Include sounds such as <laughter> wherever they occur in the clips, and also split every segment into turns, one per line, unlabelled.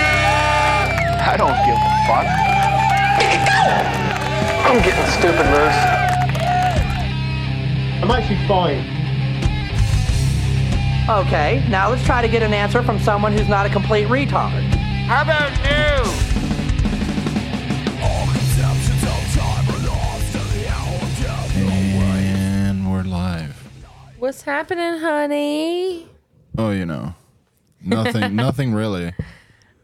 I don't give a fuck. I'm getting stupid loose.
I'm actually fine.
Okay, now let's try to get an answer from someone who's not a complete retard.
How about you?
And we're live.
What's happening, honey?
Oh, you know, <laughs> nothing, nothing really.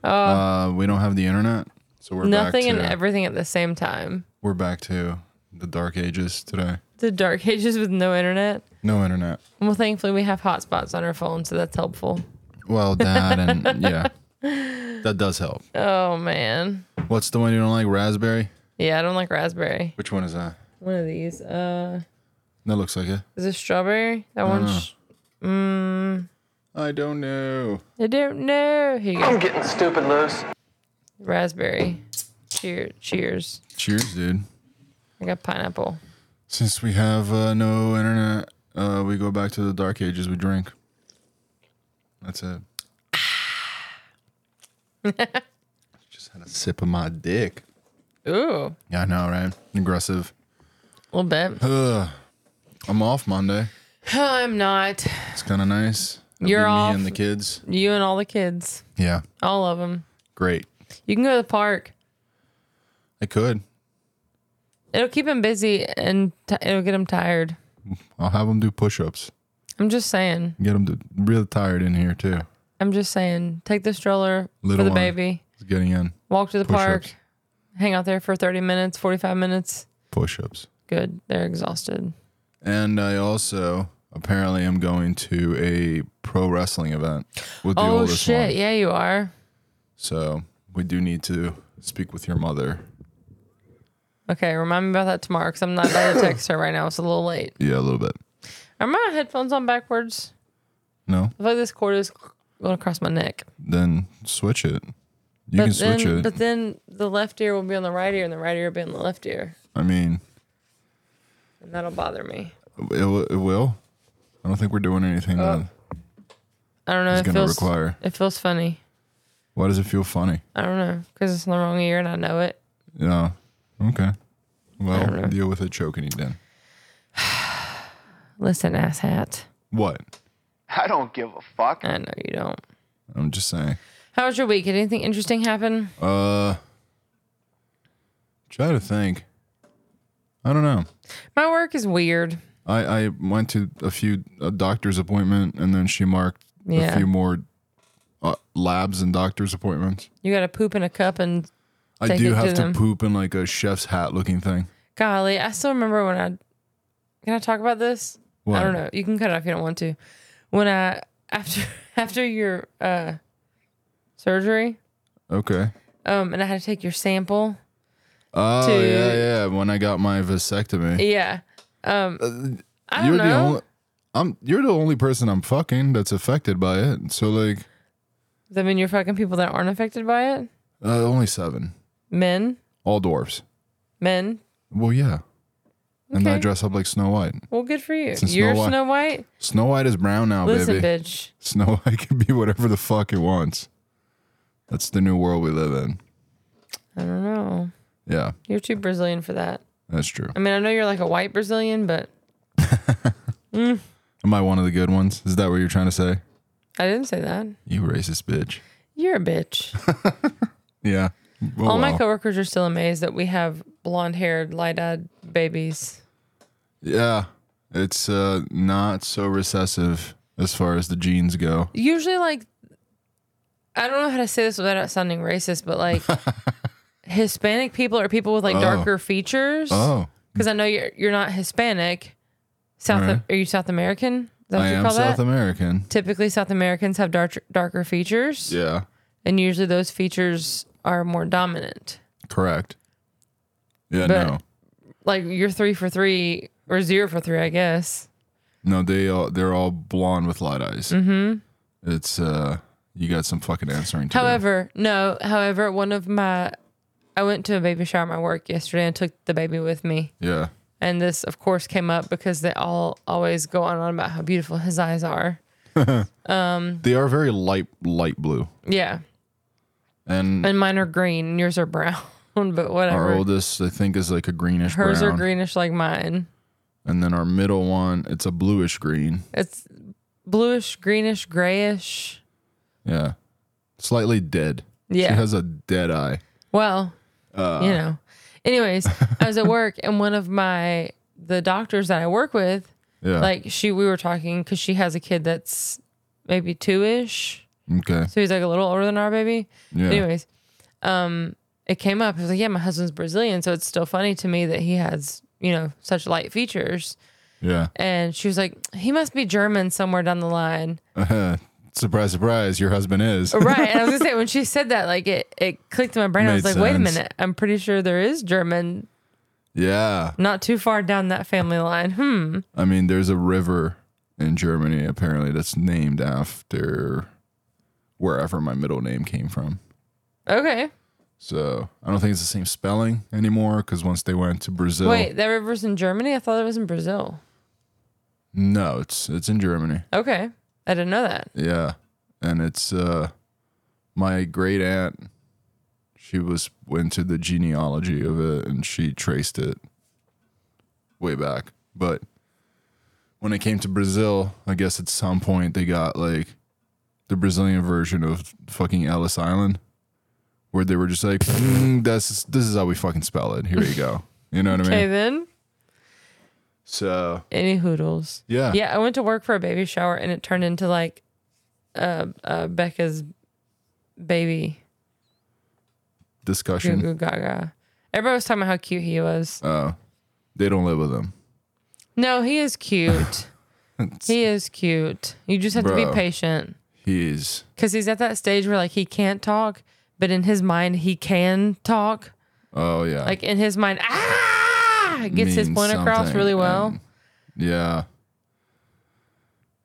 uh, we don't have the internet, so we're
Nothing
back
and
to
everything at the same time.
we're back to the dark ages today.
The dark <laughs> ages with no internet.
No internet.
Well, thankfully we have hotspots on our phone, so that's helpful.
Well, that and yeah, that does <laughs> help.
Oh man.
What's the one you don't like? Raspberry.
Yeah, I don't like raspberry.
Which one is that?
One of these. Uh,
That looks like it.
is it strawberry? That one's.
I don't know.
I don't know. Here you go.
I'm getting stupid loose.
Raspberry. Cheer. Cheers.
Cheers, dude.
I got pineapple.
Since we have uh, no internet, uh, we go back to the dark ages. We drink. That's it. <laughs> Just had a sip of my dick.
Ooh,
Yeah, I know, right? Aggressive.
a little bit. <sighs>
Ugh. I'm off Monday.
I'm not.
It's kind of nice. It'll
You're
be
off.
Me and the kids.
You and all the kids,
Yeah,
all of them.
great.
You can go to the park.
I could.
It'll keep them busy and t- it'll get them tired.
I'll have them do push-ups.
I'm just saying.
Get them to really tired in here too.
I'm just saying, take the stroller
Little
for the
one.
baby,
It's getting in
walk to the
Push-ups.
park, hang out there for 30 minutes, 45 minutes.
push-ups.
Good. They're exhausted.
And I also apparently am going to a pro wrestling event with the
oh,
oldest
shit.
one.
Yeah, you are.
So we do need to speak with your mother.
Okay. Remind me about that tomorrow because I'm not about to text her right now. It's a little late.
Yeah, a little bit.
Are my headphones on backwards?
No,
I feel like this cord is going across my neck.
then switch it. You
but
can
then,
switch it.
But then the left ear will be on the right ear and the right ear will be on the left ear.
I mean,
And that'll bother me.
it, w- it will. I don't think we're doing anything
Oh.
that
I don't know.
is
it
going to
feels,
require.
It feels funny.
Why does it feel funny?
I don't know because it's in the wrong ear and I know it.
Yeah. Okay.
don't
Well,
know.
deal with it, choking you then.
Listen, asshat.
What?
I don't give a fuck.
I know you don't.
I'm just saying.
How was your week? Did anything interesting happen?
Uh, try to think. I don't know.
My work is weird.
I, I went to a few a doctor's appointment and then she marked
Yeah.
a few more uh, labs and doctor's appointments.
You got to poop in a cup, and
I
Take
do
it
have
to
to
them.
poop in like a chef's hat looking thing.
golly, I still remember when I. Can I talk about this?
What?
I don't know. You can cut it off if you don't want to. When I after <laughs> after your uh surgery,
Okay.
um, and I had to take your sample.
Oh
To-
yeah, yeah. When I got my vasectomy,
Yeah. Um,
Uh,
I don't
you're the
know.
only. I'm you're the only person I'm fucking that's affected by it. So like,
Does that mean you're fucking people that aren't affected by it?
uh, only seven,
Men,
all dwarfs.
men.
Well, yeah. And I
Okay.
dress up like Snow White.
Well, good for you.
Since
you're
Snow White-
Snow White.
Snow White is brown now,
Listen,
baby.
bitch.
Snow <laughs> White can be whatever the fuck it wants. That's the new world we live in.
I don't know.
Yeah,
You're too Brazilian for that.
that's true.
I mean, I know you're like a white Brazilian, but
Am I one of the good ones? Is that what you're trying to say?
I didn't say that.
You racist bitch.
You're a bitch.
<laughs> Yeah. Oh,
All my
well.
coworkers are still amazed that we have blonde haired, light eyed babies.
yeah. It's uh, not so recessive as far as the genes go.
Usually, like, I don't know how to say this without it sounding racist, but
<laughs>
like Hispanic people are people with like darker features.
Oh,
Because I know you're, you're not Hispanic. South
Alright.
Are you South American? Is that what
I
you
am
call
South
that?
American.
Typically, South Americans have dark, darker features.
Yeah,
And usually, those features are more dominant.
correct. Yeah,
But-
no,
Like, you're three for three or zero for three, I guess.
no, they all they're all blonde with light eyes. Mm-hmm. It's uh, you got some fucking answering to. do.
However, no. However, one of my, I went to a baby shower at my work yesterday and took the baby with me.
yeah,
And this, of course, came up because they all always go on and on about how beautiful his eyes are.
They are very light, light blue,
Yeah.
and
And mine are green. and Yours are brown, <laughs> but
our
whatever.
oldest I think is like a greenish
Hers
brown,
are greenish like mine.
and then our middle one it's a bluish green.
It's bluish, greenish, grayish.
Yeah, slightly dead.
Yeah.
she has a dead eye.
Well,
Uh.
you know. Anyways, I was at work and one of my the doctors that I work with,
Yeah,
like she, we were talking because she has a kid that's maybe two ish,
okay,
so he's like a little older than our baby.
yeah,
Anyways, um, it came up. I was like, yeah, my husband's Brazilian, so it's still funny to me that he has you know such light features.
yeah. <laughs>
And she was like, he must be German somewhere down the line. Oh,
surprise, surprise, your husband is.
Right. And I was gonna say when she said that, like it it clicked in my brain. I
Made
was like, wait a
sense.
minute, I'm pretty sure there is German
<laughs> Yeah,
not too far down that family line. Hmm.
I mean, there's a river in Germany apparently that's named after wherever my middle name came from.
Okay.
So I don't think it's the same spelling anymore because once they went to Brazil,
Wait, that river's in Germany? I thought it was in Brazil.
no, it's it's in Germany.
Okay. I didn't know that.
Yeah, and it's uh, my great aunt. She was went to the genealogy of it, and she traced it way back. But when it came to Brazil, I guess at some point they got like the Brazilian version of fucking Ellis Island, where they were just like, "Mm, "That's this is how we fucking spell it. Here you
<laughs>
go." You know what I
Okay
mean?
then.
So
Any hoodles.
yeah,
Yeah, I went to work for a baby shower and it turned into like uh uh Becca's baby goo
discussion.
goo gaga. Everybody was talking about how cute he was.
Uh. They don't live with them.
No, he
<laughs>
is cute. he is cute. You just have to
Bro.
be patient
He's
because he's at that stage where like he can't talk, but in his mind he can talk.
oh yeah,
Like in his mind, ah, gets his
means
point across
something,
really well.
and- yeah.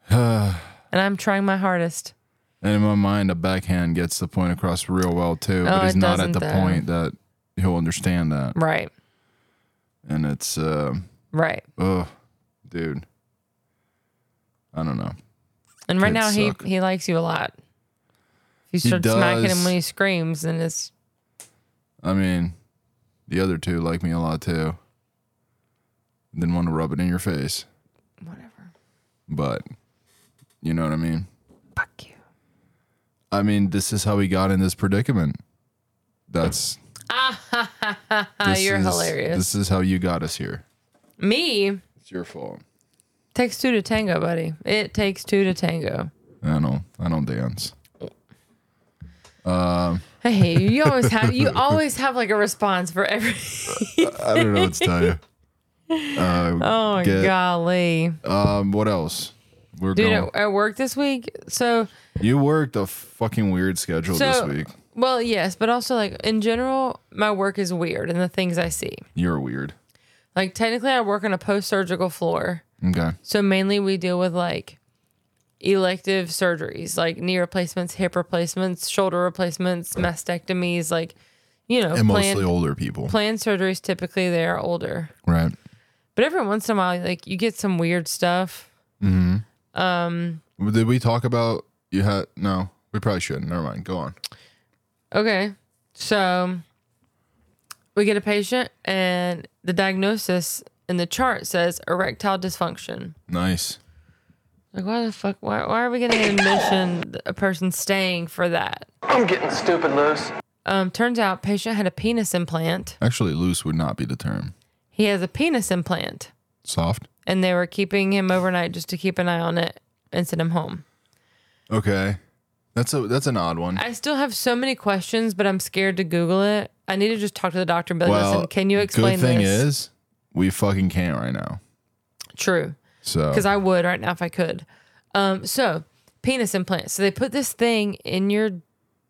and I'm trying my hardest.
And in my mind, a backhand gets the point across real well too, but
Oh,
he's
it
not at
doesn't
the
though.
point that he'll understand that.
Right,
And it's, um
right.
oh, dude, I don't know.
And right
Kids
now he
suck.
he likes you a lot. If you
He
start smacking
does.
him when he screams, and it's
I mean, the other two like me a lot too. Didn't want to rub it in your face,
whatever.
but you know what I mean.
Fuck you.
I mean, this is how we got in this predicament.
<laughs>
That's
Ah,
this
you're
is-
hilarious.
This is how you got us here.
Me
It's your fault.
takes two to tango, buddy. It takes two to tango.
I don't. I don't dance.
I hate you. You always
<laughs>
have you always have like a response for every. <laughs>
I don't know what to <laughs> tell you. Uh,
Oh my
Get-
golly,
Um, what else? We're
dude!
going.
At, at work this week, so
you worked a fucking weird schedule
so.
this week.
Well, yes, but also like in general, my work is weird, and the things I see.
You're weird.
Like technically, I work on a post-surgical floor,
Okay.
so mainly we deal with like elective surgeries, like knee replacements, hip replacements, shoulder replacements, mastectomies, like you know,
And mostly
planned,
older people,
planned surgeries. Typically, they are older.
right?
But every once in a while, like you get some weird stuff.
Did we talk about you had? No, we probably shouldn't. Never mind. Go on.
Okay. So we get a patient, and the diagnosis in the chart says erectile dysfunction.
Nice.
Like, why the fuck? Why, why are we going to admission a person staying for that?
I'm getting stupid loose.
Um, turns out patient had a penis implant.
Actually, loose would not be the term.
He has a penis implant,
Soft.
and they were keeping him overnight just to keep an eye on it and send him home.
Okay. That's a that's an odd one.
I still have so many questions, but I'm scared to Google it. I need to just talk to the doctor and be like, listen, can you explain
Good thing
this?
is, we fucking can't right now.
True.
So
because I would right now if I could. Um, so penis implants. So they put this thing in your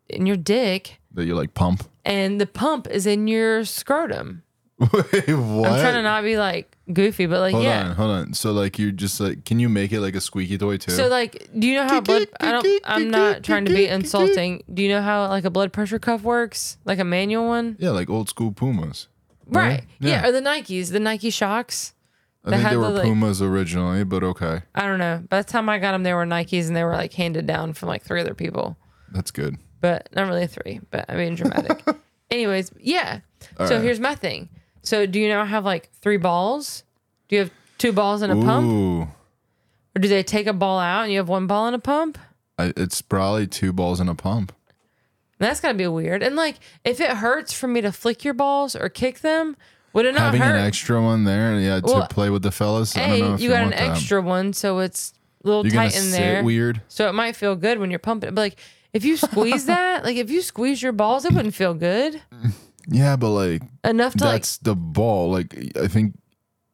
in your dick,
that you like pump. <laughs>
and the pump is in your scrotum.
Wait, what?
I'm trying to not be like goofy, but like
Hold
yeah.
on, hold on. So like you just like can you make it like a squeaky toy too?
So like, do you know how blood? I don't. I'm not trying to be insulting. Do you know how like a blood pressure cuff works, like a manual one?
yeah, like old school Pumas.
Right. Yeah.
Yeah.
Or the Nikes, the Nike shocks.
I
They
think
had
they
the,
were
like-
Pumas originally, but okay,
I don't know. By the time I got them, they were Nikes and they were like handed down from like three other people,
that's good.
but not really three, but I mean,
<laughs>
dramatic. Anyways, yeah. so
right.
here's my thing. So do you now have like three balls? Do you have two balls and a pump?
Ooh,
Or do they take a ball out and you have one ball and a pump?
I, it's probably two balls and a pump.
That's gotta be weird. And like, if it hurts for me to flick your balls or kick them, would it not
Having
hurt?
an extra one there, yeah,
Well,
to play with the fellas. I don't know
hey,
if
you
you,
got an
want that.
extra one, so it's a little
You're gonna
tight in
sit
there.
weird.
So it might feel good when you're pumping it. But like, if
<laughs>
you squeeze that, like if you squeeze your balls, it wouldn't feel good
Yeah, but like
enough to like.
that's the ball. Like I think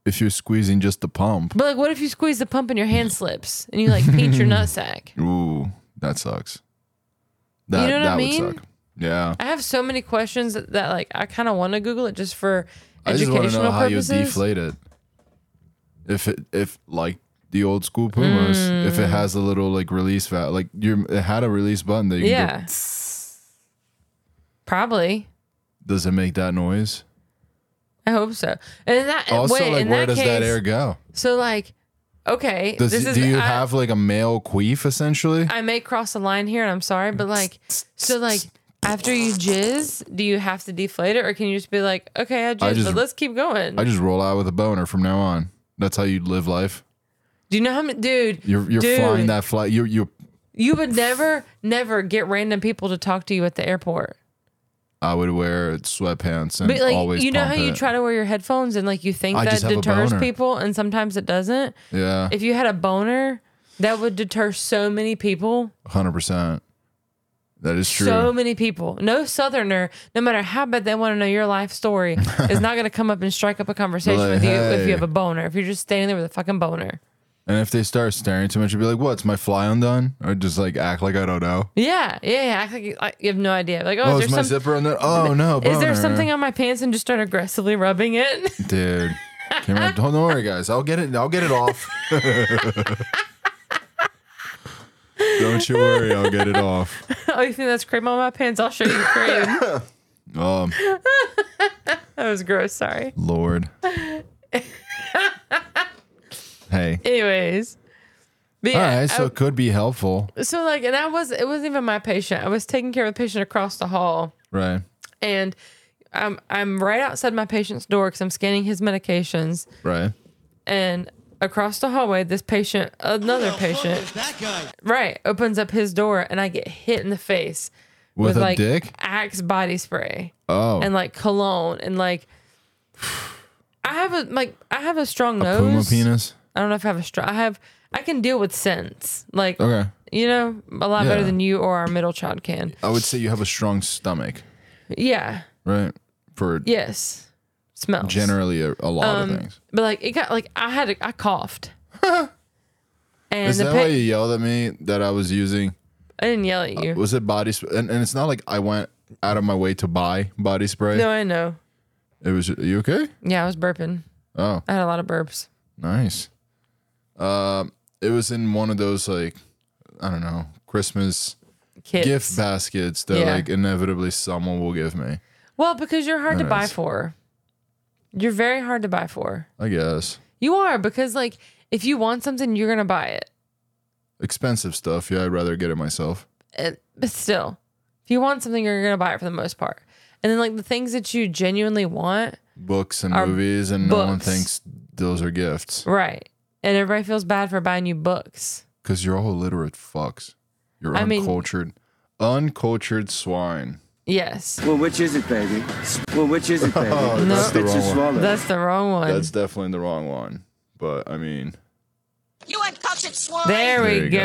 if you're squeezing just the pump,
But like, what if you squeeze the pump and your hand slips and you like pinch
<laughs>
your nutsack?
ooh, that sucks. That
know what I
that
mean?
would suck. Yeah.
I have so many questions that, that like I kind of want to Google it just for
I just
educational
want to know how
purposes.
you deflate it. If it, if like the old school Pumas, if
Mm.
it has a little like release valve, like you it had a release button that you can go-
yeah, probably.
does it make that noise?
I hope so. And in that
Also,
wait,
like
in
where
that
does
case,
that air go?
so like, okay,
Does
this is
do you
I-
have like a male queef essentially?
I may cross the line here, and I'm sorry, but like, so like after you jizz, do you have to deflate it, or can you just be like, okay, I jizz,
just-
but let's keep going?
I just roll out with a boner from now on. That's how you live life.
do you know how many, dude?
You're you're
dude,
flying that flight. You you.
You would never, never get random people to talk to you at the airport.
I would wear sweatpants and
But like,
always.
you know
pump
how you
it.
try to wear your headphones, and like you think
I
that
just have a
deters
boner.
people, and sometimes it doesn't.
Yeah,
If you had a boner, that would deter so many people.
hundred percent. That is true.
So many people. No Southerner, no matter how bad they want to know your life story,
<laughs>
is not going to come up and strike up a conversation
Like,
with you if
hey.
you have a boner. If you're just standing there with a fucking boner.
And if they start staring too much, you'd be like, "What's my fly undone?" Or just like act like I don't know.
Yeah, yeah, yeah. Act like you, like, you have no idea. Like, oh,
Oh,
is
is my
there some?
zipper undone? Oh no!
Is there
boner.
something on my pants and just start aggressively rubbing it? <laughs>
dude? Come here, don't worry, guys. I'll get it. I'll get it off. <laughs> don't you worry. I'll get it off.
oh, you think that's cream on my pants? I'll show you cream.
<laughs> Um,
that was gross. Sorry.
Lord. hey.
Anyways, but
All
yeah,
right, so
I-
it could be helpful,
so like, and I was it wasn't even my patient. I was taking care of a patient across the hall.
right?
and I'm I'm right outside my patient's door because I'm scanning his medications,
Right.
and across the hallway, this patient, another patient, right, opens up his door, and I get hit in the face
With, a
like
dick.
Axe body spray
Oh,
and like cologne and like. I have a like I have a strong nose.
puma penis.
I don't know if I have a strong. I have I can deal with scents like
Okay.
you know a lot better
Yeah.
than you or our middle child can.
I would say you have a strong stomach,
Yeah.
right? For
Yes. Um, Smells.
generally a, a lot of things.
But like it got like I had a, I
<laughs>
coughed. and
Is
the
that
pa-
why you yelled at me that I was using?
I didn't yell at you.
Was it body spray? And, and it's not like I went out of my way to buy body spray.
no, I know.
It was. Are you okay?
Yeah, I was burping.
Oh,
I had a lot of burps.
nice. Um, it was in one of those like, I don't know, Christmas
Kids.
gift baskets that
Yeah.
like inevitably someone will give me.
Well, because you're hard to buy
Nice.
for. You're very hard to buy for.
I guess
You are because like if you want something, you're gonna buy it.
expensive stuff. Yeah, I'd rather get it myself.
it but still, if you want something, you're gonna buy it for the most part. And then like the things that you genuinely want,
Books and
Our
movies, and no one
books.
thinks those are gifts
right? And everybody feels bad for buying you books.
because you're all illiterate fucks. You're
I mean-
uncultured, uncultured swine.
Yes,
Well, which is it, baby? Well, which is it, baby?
Oh,
No.
that's the
Spit
wrong
and
one.
swallow.
that's the wrong one.
That's definitely the wrong one. But I mean,
You uncultured swine.
There,
There
we
you
go.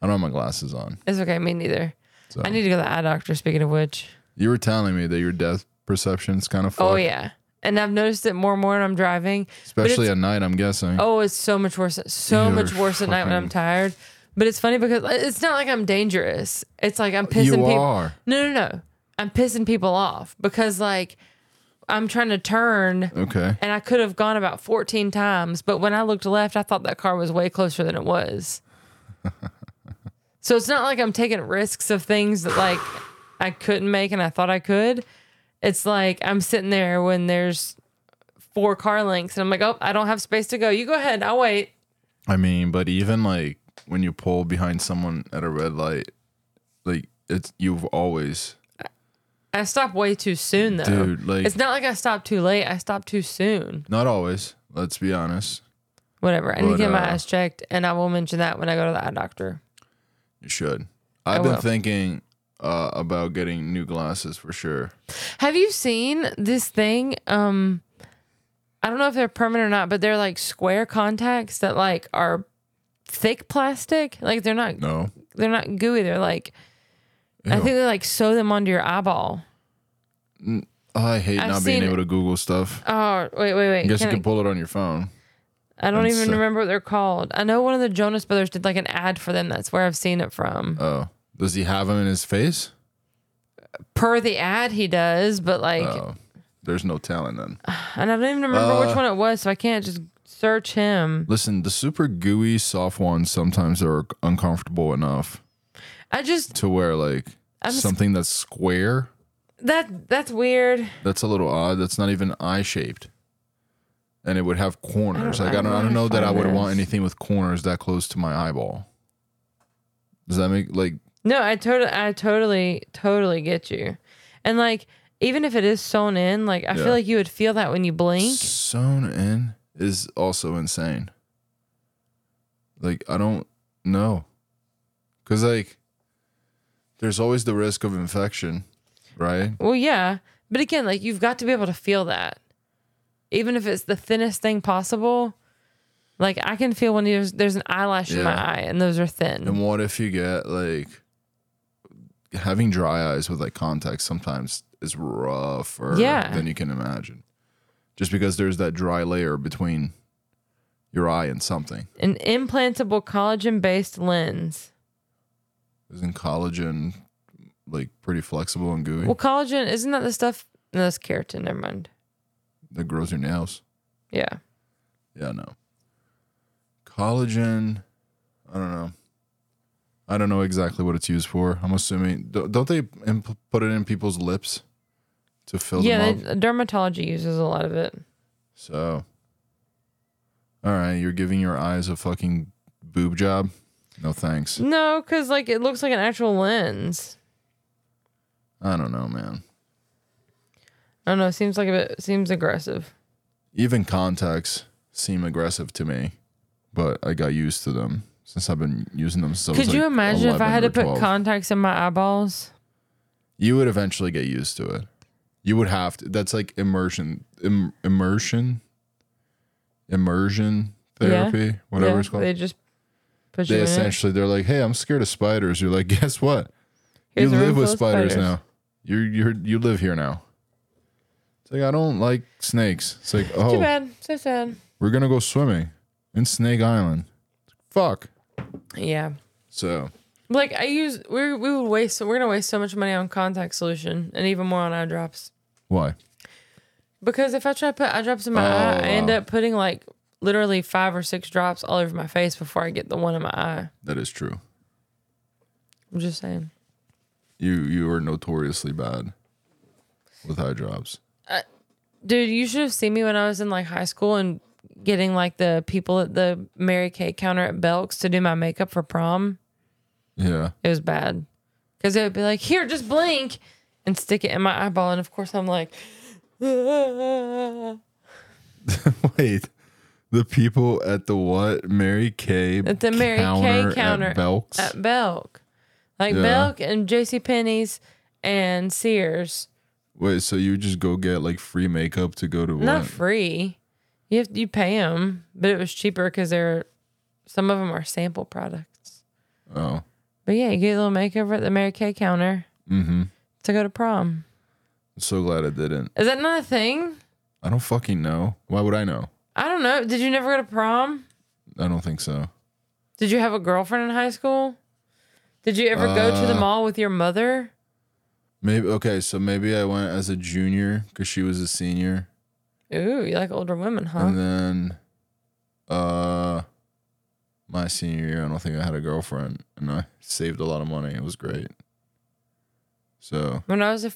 I don't have my glasses on.
It's okay. Me neither.
So
I need to go to the eye doctor. Speaking of which,
you were telling me that your depth perception's kind of fucked,
oh yeah, and I've noticed it more and more when I'm driving. but
especially
it's-
at night. I'm guessing.
<laughs> oh, it's so much worse. So
You're
much worse at night when I'm
fucking-
tired. But it's funny because it's not like I'm dangerous. It's like I'm pissing
you
people.
are.
No, no, no. I'm pissing people off because like I'm trying to turn.
Okay.
And I could have gone about 14 times, but when I looked left, I thought that car was way closer than
<laughs>
it was. so it's not like I'm taking risks of things that like I couldn't make and I thought I could. It's like I'm sitting there when there's four car lengths. And I'm like, oh, I don't have space to go. You go ahead. I'll wait.
I mean, but even like when you pull behind someone at a red light, like it's you've always
I stopped way too soon though.
Dude, like-
it's not like I stopped too late. I stopped too soon.
not always. Let's be honest.
Whatever. I need to
But,
get my
uh,
eyes checked, and I will mention that when I go to the eye doctor.
You should. I've been
will.
thinking uh, about getting new glasses for sure.
Have you seen this thing? Um, I don't know if they're permanent or not, but they're like square contacts that like are thick plastic. Like they're not
No,
they're not gooey. They're like I
Ew.
think they like sew them onto your eyeball.
Oh, I hate
I've
not being
seen-
able to Google stuff.
Oh wait wait wait.
I guess you
Can I-
can pull it on your phone.
I don't
and
even
so-
remember what they're called. I know one of the Jonas Brothers did like an ad for them. That's where I've seen it from.
Oh, does he have them in his face?
per the ad he does, but like,
Oh, Uh. there's no telling then.
and I don't even remember which one it was, so I can't just search him.
Listen, the super gooey soft ones sometimes are uncomfortable enough
I just
to wear like
I'm s-
something that's square.
that that's weird.
That's a little odd. That's not even eye shaped. And it would have corners.
I
like I
don't
don't, I
wanna
don't know that I
find
would want
this.
anything with corners that close to my eyeball. Does that make like
No, I totally, I totally, totally get you. And like, even if it is sewn in, like I
Yeah.
feel like you would feel that when you blink.
sewn in is also insane. Like I don't know, cause like there's always the risk of infection, right?
Well, yeah, but again, like you've got to be able to feel that, even if it's the thinnest thing possible. Like I can feel when there's there's an eyelash in my
Yeah.
eye, and those are thin.
And what if you get like having dry eyes with like contacts sometimes is rougher
Yeah.
than you can imagine. Just because there's that dry layer between your eye and something.
an implantable collagen based lens.
Isn't collagen like pretty flexible and gooey?
Well, collagen isn't that the stuff? No, that's keratin. Never mind.
That grows your nails.
Yeah,
Yeah, no. Collagen. I don't know. I don't know exactly what it's used for. I'm assuming do- don't they imp- put it in people's lips to fill
yeah.
them up?
They, dermatology uses a lot of it.
So, all right, you're giving your eyes a fucking boob job. No thanks.
No, because like it looks like an actual lens.
I don't know, man.
I don't know. it Seems like a bit. Seems aggressive.
Even contacts seem aggressive to me, but I got used to them since I've been using them. So
Could you imagine if I had to put contacts in my eyeballs?
you would eventually get used to it. You would have to. That's like immersion, Im, immersion, immersion therapy, whatever
yeah,
it's called.
They
They,
just put you in. It.
essentially they're like, "Hey, I'm scared of spiders." You're like, "Guess what?
Here's
you
a room
live with
full of
spiders, now. You you you live here now." It's like I don't like snakes. It's like,
<laughs> Too
oh,
bad. So sad.
we're gonna go swimming in Snake Island. Fuck.
Yeah.
So
Like I use we we would waste we're gonna waste so much money on contact solution and even more on eye drops.
why?
Because if I try to put eye drops in my
Oh,
eye, I end
wow.
up putting like literally five or six drops all over my face before I get the one in my eye.
That is true.
I'm just saying.
You you are notoriously bad with eye drops.
Dude, you should have seen me when I was in like high school and getting like the people at the Mary Kay counter at Belk's to do my makeup for prom.
Yeah.
It was bad. Because they would be like, here, just blink and stick it in my eyeball. And of course, I'm like,
<laughs> Wait, the people at the what? Mary Kay
at the Mary Kay counter
at Belk's.
at Belk. Like
Yeah.
Belk and JC Penney's and Sears.
Wait, so you just go get like free makeup to go to what?
Not free. You have you pay them, but it was cheaper because they're some of them are sample products.
oh,
But yeah, you get a little makeover at the Mary Kay counter
mm-hmm.
to go to prom.
I'm so glad I didn't.
Is that not a thing?
I don't fucking know. Why would I know?
I don't know. Did you never go to prom?
I don't think so.
Did you have a girlfriend in high school? Did you ever go to the
Uh,
mall with your mother?
Maybe okay. So maybe I went as a junior because she was a senior,
Ooh, you like older women, huh?
and then, uh, my senior year, I don't think I had a girlfriend, and I saved a lot of money. It was great. So
<laughs> When I was a.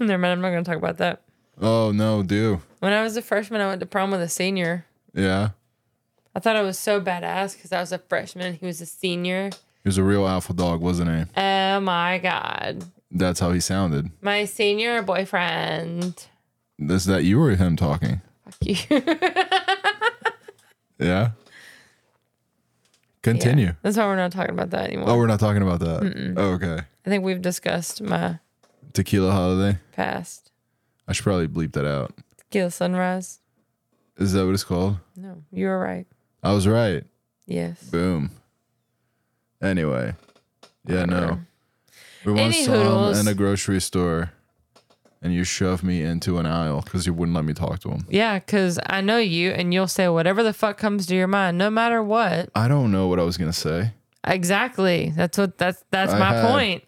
Never mind, I'm not going to talk about that.
Oh no, do
When I was a freshman, I went to prom with a senior.
yeah.
I thought I was so badass because I was a freshman. He was a senior.
He was a real alpha dog, wasn't he?
Oh my God.
That's how he sounded.
My senior boyfriend.
Is that you or him talking? Yeah. Continue.
<laughs> That's why we're not talking about that anymore.
Oh, we're not talking about that. Oh, okay.
I think we've discussed my
Tequila holiday.
past.
I should probably bleep that out.
Tequila sunrise.
Is that what it's called?
No, you were right.
I was right.
Yes.
Boom. Anyway. Yeah, no. We
Any
once saw
hoodles.
him in a grocery store and you shoved me into an aisle because you wouldn't let me talk to him.
Yeah, because I know you and you'll say whatever the fuck comes to your mind, no matter what.
I don't know what I was going to say.
Exactly. That's what that's that's
I
my
had-
point.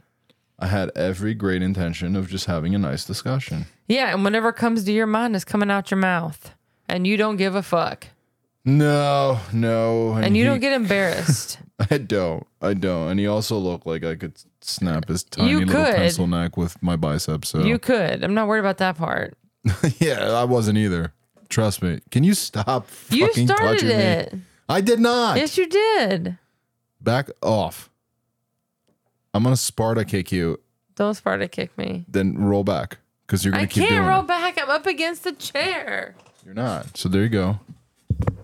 I had every great intention of just having a nice discussion.
Yeah, and whatever comes to your mind is coming out your mouth. And you don't give a fuck.
No, no.
And you
he-
don't get embarrassed.
<laughs> I don't. I don't. And he also looked like I could snap his tiny
You
little
could.
pencil neck with my bicep. So <laughs>
You could. I'm not worried about that part.
yeah, I wasn't either. Trust me. Can you stop
You
fucking
started
touching
it.
me? I did not.
Yes, you did.
Back off. I'm gonna Sparta kick you,
Don't Sparta kick me.
then roll back because you're gonna
I
keep
can't
doing
roll
it.
back. I'm up against the chair.
You're not. So there you go.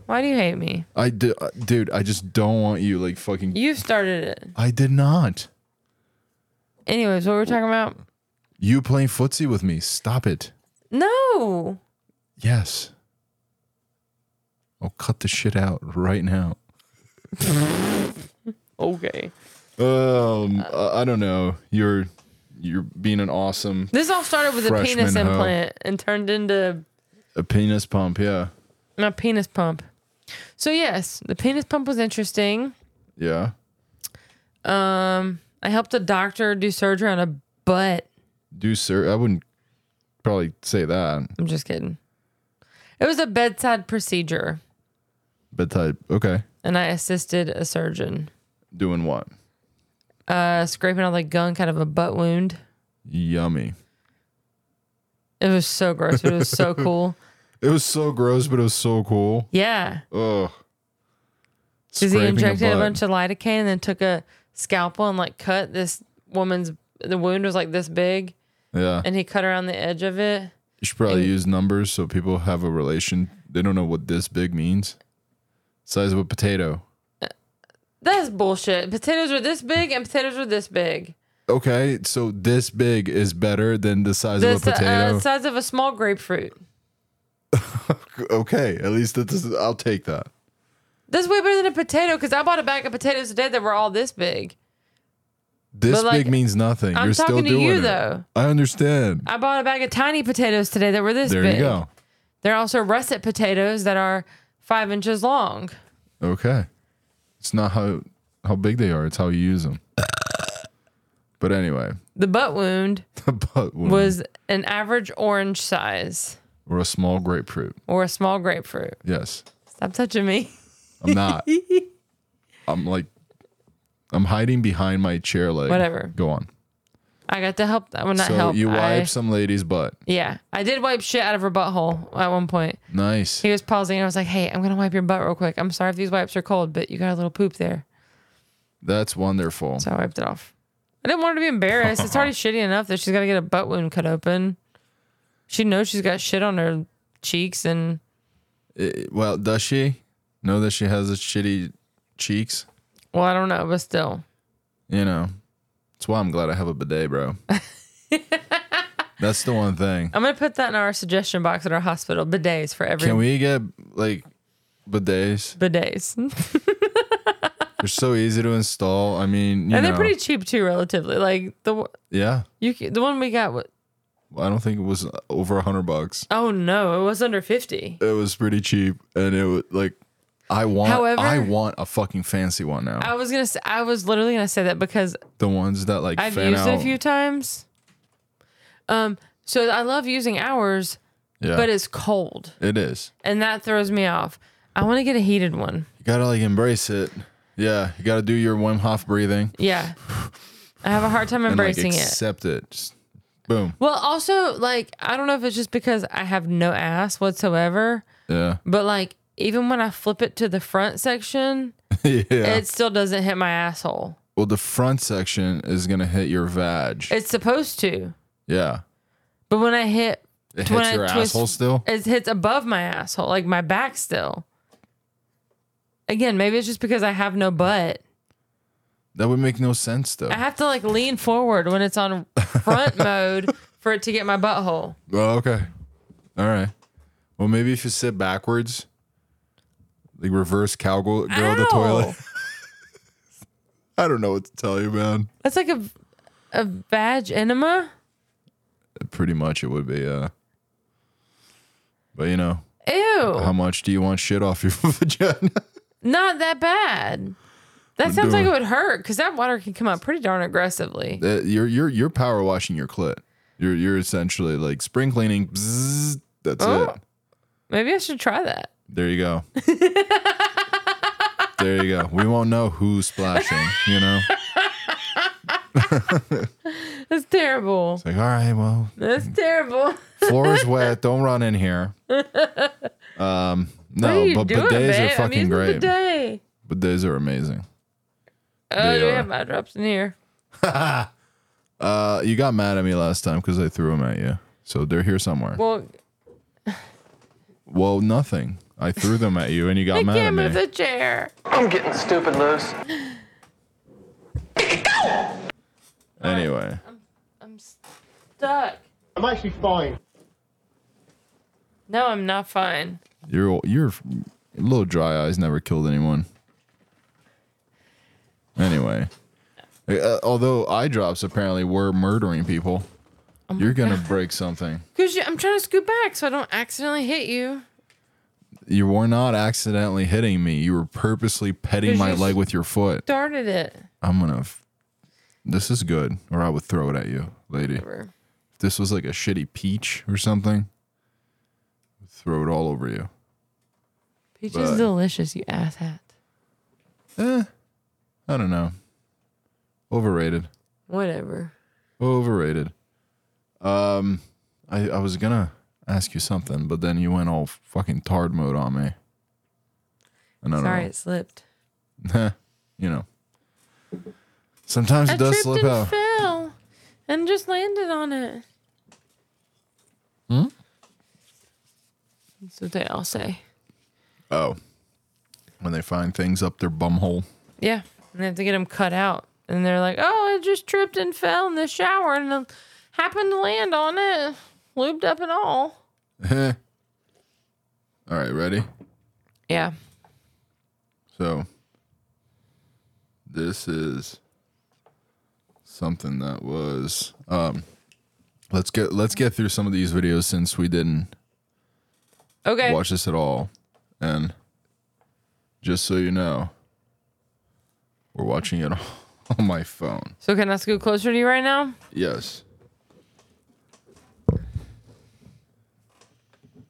Why do you hate me?
I do, uh, dude. I just don't want you like fucking.
You started it.
I did not.
Anyways, what were we talking about?
You playing footsie with me? Stop it.
No.
Yes. I'll cut the shit out right now.
Okay.
Um, I, I don't know. You're you're being an awesome
This all started with a
Freshman
penis
hoe.
implant and turned into
a penis pump. Yeah,
my penis pump. So yes, the penis pump was interesting.
yeah.
Um, I helped a doctor do surgery on a butt.
Do sir? I wouldn't probably say that,
I'm just kidding. It was a bedside procedure,
but type okay.
and I assisted a surgeon
Doing what?
uh, scraping all the gunk out of a butt wound.
Yummy.
It was so gross, but it
<laughs>
was so cool.
It was so gross, but it was so cool.
Yeah,
Ugh.
because he
Scraping
injected a,
butt.
bunch of lidocaine and then took a scalpel and like cut this woman's. The wound was like this big,
Yeah,
and he cut around the edge of it.
you should probably use numbers so people have a relation. They don't know what this big means. Size of a potato.
That's bullshit. Potatoes are this big, and potatoes are this big.
Okay, so this big is better than the size
The
of a
si-
potato.
uh, size of a small grapefruit.
okay, at least that this is, I'll take that.
That's way better than a potato because I bought a bag of potatoes today that were all this big.
This
But, like,
big means nothing.
I'm
You're still
talking to
doing
you,
it.
though.
I understand.
I bought a bag of tiny potatoes today that were this
There
big.
you go.
There are also russet potatoes that are five inches long.
Okay. It's not how how big they are. It's how you use them. but anyway, <laughs>
The butt wound
the butt wound
was an average orange size
or a small grapefruit.
or a small grapefruit.
Yes,
Stop touching me.
I'm
<laughs>
not. I'm like, I'm hiding behind my chair leg.
Whatever.
Go on.
I got to help. I would not
so
help.
you
I-
wipe some lady's butt.
yeah, I did wipe shit out of her butthole at one point.
Nice.
He was pausing. And I was like, "Hey, I'm gonna wipe your butt real quick. I'm sorry if these wipes are cold, but you got a little poop there."
That's wonderful.
So I wiped it off. I didn't want her to be embarrassed. It's
<laughs>
already shitty enough that she's got to get a butt wound cut open. She knows she's got shit on her cheeks and
Eh, well, does she know that she has a shitty cheeks?
well, I don't know, but still.
You know, that's why I'm glad I have a bidet,
<laughs>
bro. that's the one thing.
I'm gonna put that in our suggestion box at our hospital. Bidets for every
Can we get like bidets?
bidets, <laughs> and
They're so easy to install. I mean, you
they're
know.
pretty cheap too, relatively. Like the w-
Yeah,
you c- the one we got. wa-
I don't think it was over a hundred bucks.
Oh no, it was under fifty.
It was pretty cheap, and it was like, I want,
However- Oh.
I want a fucking fancy one now.
I was gonna. Say, I was literally gonna say that because
the ones that like
I've
fan
used it a
out.
few times. Um, so I love using ours,
yeah,
but it's cold.
it is.
and that throws me off. I want to get a heated one.
You gotta like embrace it. Yeah, you gotta do your Wim Hof breathing
Yeah, I have a hard time
and like
embracing it.
accept it. Just <laughs> Boom.
Well, also, like, I don't know if it's just because I have no ass whatsoever,
Yeah.
but like, even when I flip it to the front section,
yeah.
it still doesn't hit my asshole.
well, the front section is gonna hit your vag.
It's supposed to,
yeah.
but when I hit,
It
when
hits
I
your
twist-
asshole still.
It hits above my asshole, like my back still. Again, maybe it's just because I have no butt.
That would make no sense though.
I have to like lean forward when
<laughs>
it's on front mode for it to get my butthole.
Oh, okay. All right. Well, maybe if you sit backwards, like reverse cowgirl girl the
Ow!
toilet. <laughs> I don't know what to tell you, man.
That's like a a vag enema.
Pretty much it would be, uh. But you know,
Ew.
how much do you want shit off your <laughs> vagina?
Not that bad. That sounds
doing-
like it would hurt because that water can come out pretty darn aggressively.
Uh, you're you're you're power washing your clit. You're you're essentially like spring cleaning. bzzz, that's
Oh.
it.
Maybe I should try that.
There you go. there you go. We won't know who's splashing. You know,
That's terrible.
it's like all right, well,
That's terrible.
floor is wet. Don't run in here. Um,
what
no,
are you
Oh, but
doing,
bidets
babe?
are fucking
I'm using
great.
Bidet.
Bidets are amazing.
Oh,
They
do we
are.
have eye drops in here?
Uh, you got mad at me last time because I threw them at you. So they're here somewhere. Well,
Well,
nothing. I threw them at you and you got
I
mad at
can't
me.
move the chair.
I'm getting stupid loose.
anyway,
I'm stuck.
I'm actually fine.
No, I'm not fine.
your your little dry eyes never killed anyone. Anyway, uh, although eye drops apparently were murdering people, you're gonna break something.
Cause you, I'm trying to scoot back so I don't accidentally hit you.
You were not accidentally hitting me. You were purposely petting
Because
my
you
leg with your foot.
Started it.
I'm gonna. F- this is good, or I would throw it at you, lady. If
Whatever.
this was like a shitty peach or something, I'd throw it all over you.
Peach
But-
is delicious, you asshat.
Eh, I don't know. Overrated.
Whatever.
Overrated. Um, I I was gonna ask you something, but then you went all fucking tard mode on me. And I don't
Sorry,
know.
it slipped.
You know. <laughs> Sometimes
I
it does
tripped
slip
and
out.
fell and just landed on it. Hmm?
Hmm?
That's what they all say.
Oh. When they find things up their bumhole.
Yeah. And they have to get them cut out. And they're like, oh, I just tripped and fell in the shower and then happened to land on it, lubed up and all.
all right, ready?
Yeah.
So this is something that was um let's get let's get through some of these videos since we didn't
Okay.
watch this at all. And just so you know, we're watching it <laughs> on my phone.
So can I scoot closer to you right now?
Yes.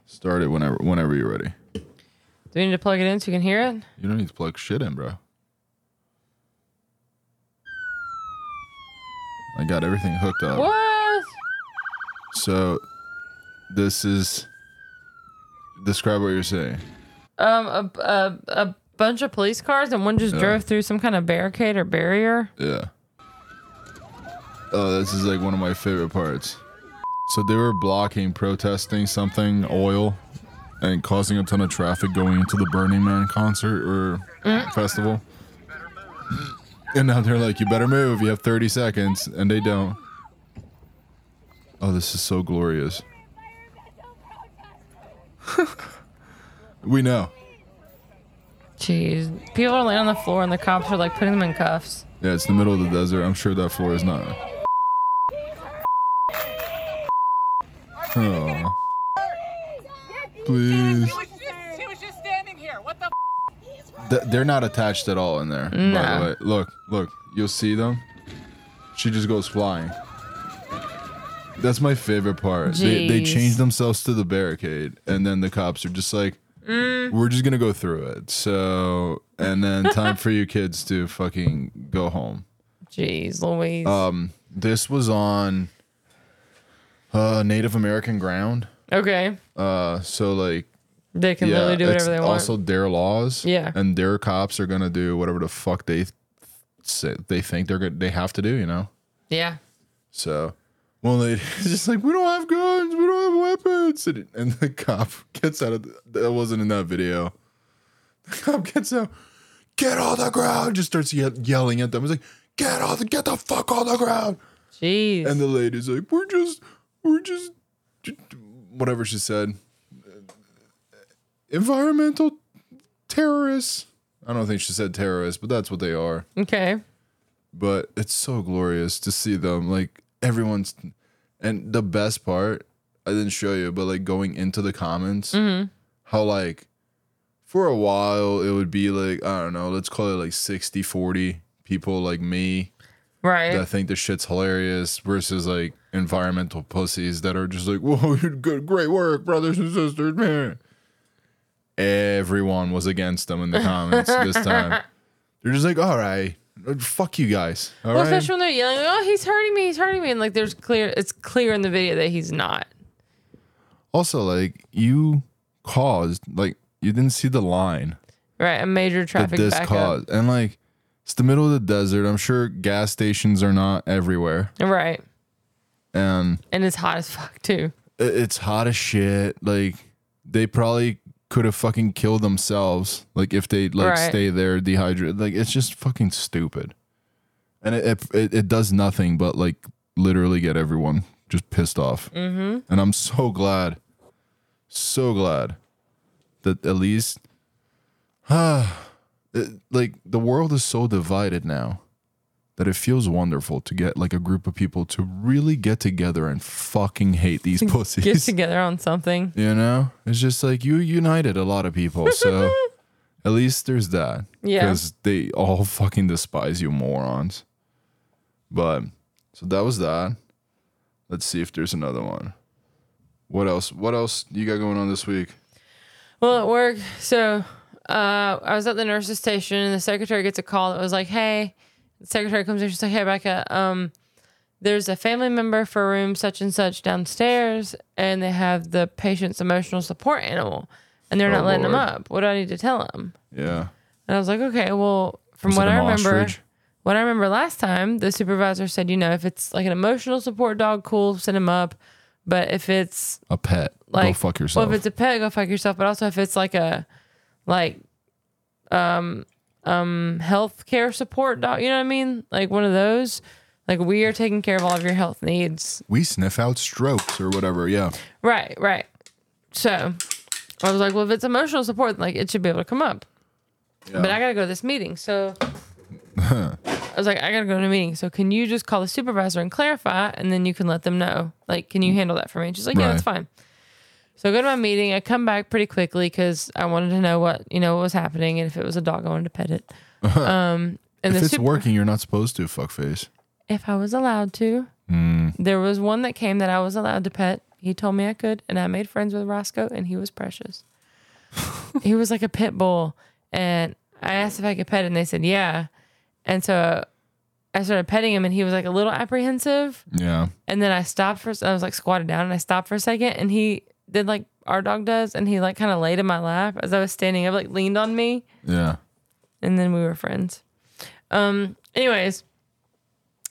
Start it whenever whenever you're ready.
Do we need to plug it in so you can hear it?
You don't need to plug shit in, bro. I got everything hooked up.
What?
So this is describe what you're saying.
Um, a, a, a bunch of police cars and one just drove through some kind of barricade or barrier.
Yeah. Oh, this is like one of my favorite parts. So they were blocking, protesting something, oil, and causing a ton of traffic going into the Burning Man concert or festival. And now they're like, you better move. You have 30 seconds. And they don't. Oh, this is so glorious. <laughs> we know.
Jeez. People are laying on the floor and the cops are like putting them in cuffs.
Yeah, it's the middle of the desert. I'm sure that floor is not. Oh, please.
She was just standing here. What the?
Th- they're not attached at all in there. By
No.
the way. Look, look. You'll see them. She just goes flying. That's my favorite part. They, they
Jeez.
change themselves to the barricade, and then the cops are just like, we're just going to go through it. So, and then time for you kids to fucking go home. Um,
Jeez Louise.
This was on Uh, Native American ground.
Okay.
Uh, so like
They can
yeah,
literally do
it's
whatever they want.
also their laws.
Yeah.
and their cops are gonna do whatever the fuck they th- say they think they're gonna they have to do. You know.
yeah.
So one <laughs> lady is just like, we don't have guns, we don't have weapons. And, and the cop gets out of the, that wasn't in that video. The cop gets out, get on the ground, just starts ye- yelling at them. He's like, get on the, get the fuck on the ground.
Jeez.
And the lady's like, we're just, we're just, j- whatever she said, environmental terrorists. I don't think she said terrorists, but that's what they are
okay.
but it's so glorious to see them like everyone's and the best part i didn't show you but like going into the comments how like for a while it would be like i don't know let's call it like 60 40 people like me
Right.
that think this shit's hilarious versus like environmental pussies that are just like <laughs> whoa you good great work brothers and sisters man everyone was against them in the comments
<laughs>
this time they're just like all right fuck you guys all right.
well, especially when they're yelling, "Oh, he's hurting me! He's hurting me!" and like, there's clear, it's clear in the video that he's not.
Also, like you caused, like you didn't see the line
Right, a major
that
traffic
this
backup.
caused, and like it's the middle of the desert. I'm sure gas stations are not everywhere,
Right,
and
and it's hot as fuck too. <laughs>
i- it's hot as shit. Like they probably could have fucking killed themselves, like if they like
Right.
stay there dehydrated. Like it's just fucking stupid, and it it, it it does nothing but like literally get everyone just pissed off. Mm-hmm. And I'm so glad, so glad that at least, <sighs> it, like the world is so divided now. That it feels wonderful to get like a group of people to really get together and fucking hate these pussies.
<laughs> Get together on something.
You know, it's just like you united a lot of people,
<laughs>
so at least there's that.
Yeah.
because they all <laughs> fucking despise you, morons. But so that was that. Let's see if there's another one. What else? What else you got going on this week?
Well, at work, so uh, I was at the nurse's station, and the secretary gets a call that was like, "Hey." The secretary comes in, she's like, "Hey, Becca, um, there's a family member for room such and such downstairs, and they have the patient's emotional support animal, and they're
Oh,
not letting them
Lord.
up. What do I need to tell them?"
Yeah,
And I was like, okay, well, from
Was it
what I
an
remember,
ostrich?
what I remember last time, the supervisor said, you know, if it's like an emotional support dog, cool, send him up. But if it's
a pet.
like,
Go fuck yourself.
Well, if it's a pet, go fuck yourself. But also if it's like a, like, um, um, healthcare support dog, you know what I mean? Like one of those, like we are taking care of all of your health needs.
we sniff out strokes or whatever. Yeah,
Right, right. So I was like, well, if it's emotional support, like it should be able to come up. But I gotta go to this meeting. So
<laughs>
I was like, I gotta go to a meeting. So can you just call the supervisor and clarify and then you can let them know? Like, can you handle that for me? And she's like, Yeah, that's
Right.
fine. So I go to my meeting. I come back pretty quickly because I wanted to know what you know what was happening and if it was a dog, I wanted to
<laughs>
pet it. Um
if
and the
it's
super-
working, you're not supposed to. Fuckface.
if I was allowed to. There was one that came that I was allowed to pet. He told me I could, and I made friends with Roscoe, and he was precious. he was like a pit bull, and I asked if I could pet, it, and they said yeah, and so I started petting him, and he was like a little apprehensive,
Yeah,
and then I stopped for I was like squatted down, and I stopped for a second, and he did like our dog does, and he like kind of laid in my lap as I was standing up, like leaned on me
yeah.
and then we were friends. Um, anyways,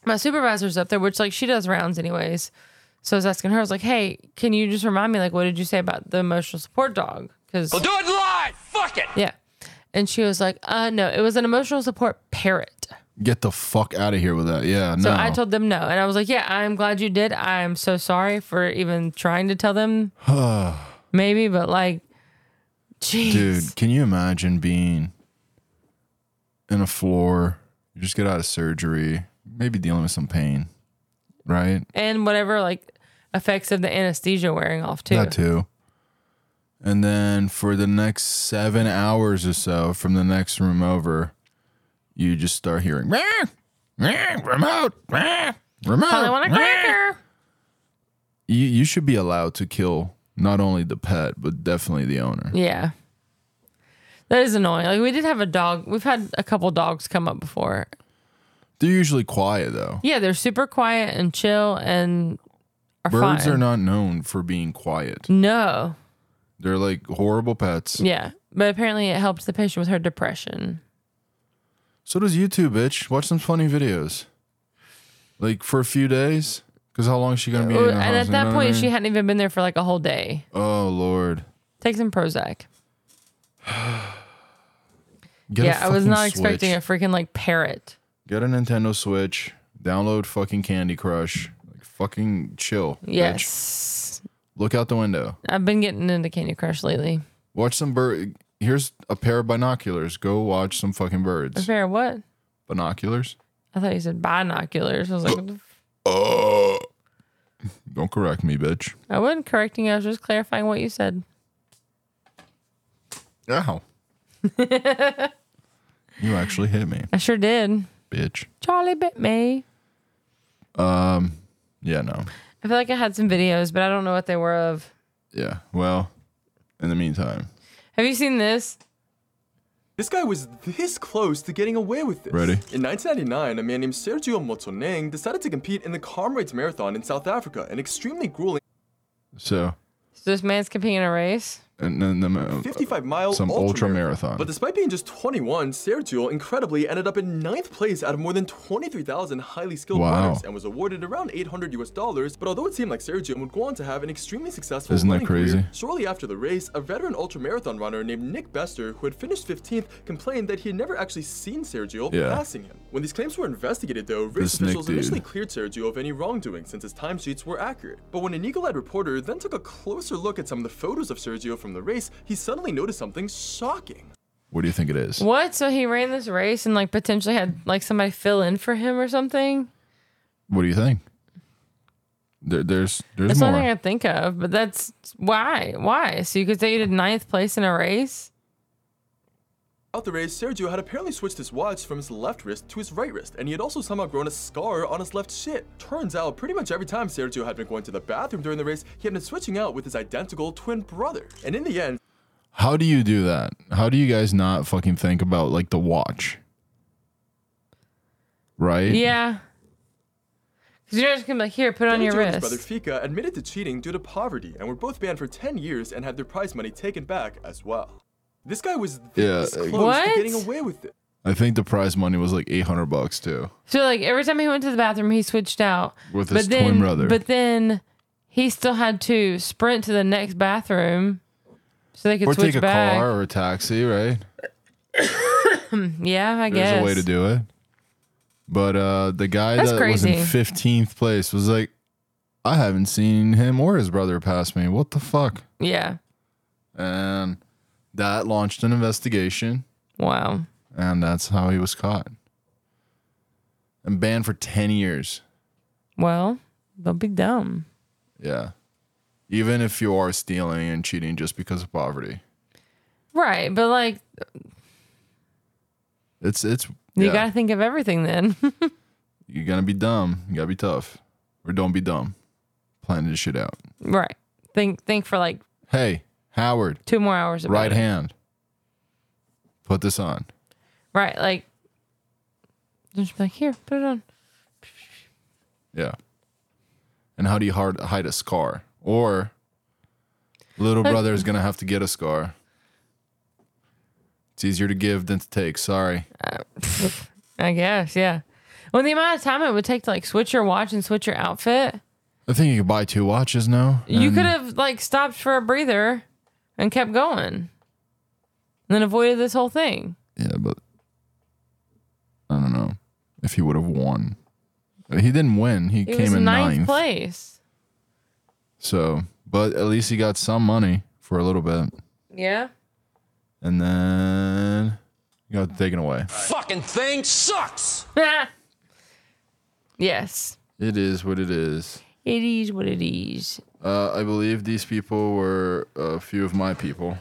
my supervisor's up there, which like she does rounds anyways. So I was asking her, I was like, "Hey, can you just remind me, like, what did you say about the emotional support dog?" Because
Do it live! Fuck it!
yeah, and she was like, "Uh, no, it was an emotional support parrot."
Get the fuck out of here with that. Yeah,
So
no.
I told them no, and I was like, "Yeah, I'm glad you did. I'm so sorry for even trying to
<sighs>
tell them, maybe, but like, jeez,
Dude, can you imagine being in a floor? You just get out of surgery, maybe dealing with some pain, right?
and whatever like effects of the anesthesia wearing off too."
That too. And then for the next seven hours or so from the next room over, you just start hearing "Meow, meow, remote, meow,
I
remote.
want a
meow."
cracker.
You, you should be allowed to kill not only the pet, but definitely the owner.
Yeah. That is annoying. Like we did have a dog. We've had a couple dogs come up before.
They're usually quiet though.
Yeah, they're super quiet and chill and are
Birds
fine.
are not known for being quiet.
no.
They're like horrible pets.
Yeah. But apparently it helped the patient with her depression.
So does YouTube, bitch. Watch some funny videos. Like for a few days, because how long is she gonna be? in
Well,
the
and
house,
at
you know
that
what I
point, she
mean?
hadn't even been there for like a whole day.
Oh Lord.
Take some Prozac.
Get a
yeah, I was
fucking
not expecting a
Switch.
freaking like parrot.
Get a Nintendo Switch. Download fucking Candy Crush. Like fucking chill. bitch.
Yes.
Look out the window.
I've been getting into Candy Crush lately.
Watch some bird. Here's a pair of binoculars. Go watch some fucking birds.
Fair, what?
Binoculars.
I thought you said binoculars. I was like, what the f-
Oh. <laughs> Don't correct me, bitch.
I wasn't correcting you. I was just clarifying what you said. <laughs>
Ow. you actually hit me,
I sure did.
bitch.
Charlie bit me.
Yeah, no.
I feel like I had some videos, but I don't know what they were of.
Yeah. Well, in the meantime,
Have you seen this?
This guy was this close to getting away with this.
Ready?
In 1999, a man named Sergio Motsoneng decided to compete in the Comrades Marathon in South Africa, an extremely grueling
so
So this man's competing in a race.
and uh, then the
55 mile
Some ultra marathon.
But despite being just 21, Sergio incredibly ended up in ninth place out of more than 23,000 highly skilled
Wow.
runners and was awarded around 800 US dollars. But although it seemed like Sergio would go on to have an extremely successful
Isn't that
running
crazy?
career, shortly after the race, a veteran ultra marathon runner named Nick Bester, who had finished 15th, complained that he had never actually seen Sergio
Yeah.
passing him. When these claims were investigated, though, race
This Nick
officials
dude.
initially cleared Sergio of any wrongdoing since his timesheets were accurate. But when an eagle-eyed reporter then took a closer look at some of the photos of Sergio from the race, he suddenly noticed something shocking.
what do you think it is?
What? So he ran this race and like potentially had like somebody fill in for him or something?
What do you think? There, there's there's
That's the
more.
only thing I think of, but that's why? Why? So you could say you did ninth place in a race?
Throughout the race, Sergio had apparently switched his watch from his left wrist to his right wrist, and he had also somehow grown a scar on his left shin. Turns out, pretty much every time Sergio had been going to the bathroom during the race, he had been switching out with his identical twin brother. And in the end,
How do you do that? How do you guys not fucking think about like the watch? Right?
Yeah. Because you're not just gonna be like, here, put it on your
Sergio and his brother
wrist.
Fika admitted to cheating due to poverty and were both banned for 10 years and had their prize money taken back as well. This guy was
Yeah,
this
uh,
close
What?
to getting away with it.
I think the prize money was like 800 bucks too.
So like every time he went to the bathroom, he switched out
With
but
his
then,
twin brother.
But then he still had to sprint to the next bathroom so they could
Or
switch
take a
back.
car or a taxi, right?
Yeah, I
There's
guess.
a way to do it. But uh the guy
That's
that
crazy.
was in 15th place was like I haven't seen him or his brother pass me. What the fuck?
Yeah.
And that launched an investigation
Wow.
and that's how he was caught. And banned for 10 years.
Well, don't be dumb.
Yeah. Even if you are stealing and cheating just because of poverty.
Right, but like
It's it's
you
yeah.
gotta think of everything then. <laughs>
you're gonna be dumb. You gotta be tough. Or don't be dumb. Plan this shit out.
right. Think think for like
Hey, Howard,
two more hours about
right
it.
hand. Put this on.
Right, like just be like, here, put it on.
Yeah. And how do you hard, hide a scar? Or little brother is gonna have to get a scar. It's easier to give than to take. Sorry.
I guess, yeah. Well, the amount of time it would take to like switch your watch and switch your outfit,
I think you could buy two watches now.
you
and
could have like stopped for a breather and kept going, and then avoided this whole thing.
Yeah, but I don't know if he would have won. He didn't win. He
It
came
was
in
ninth,
ninth.
place.
So, but at least he got some money for a little bit,
Yeah.
and then he got taken away.
Fucking thing sucks.
<laughs> yes.
It is what it is.
It is what it is.
Uh, I believe these people were a few of my people.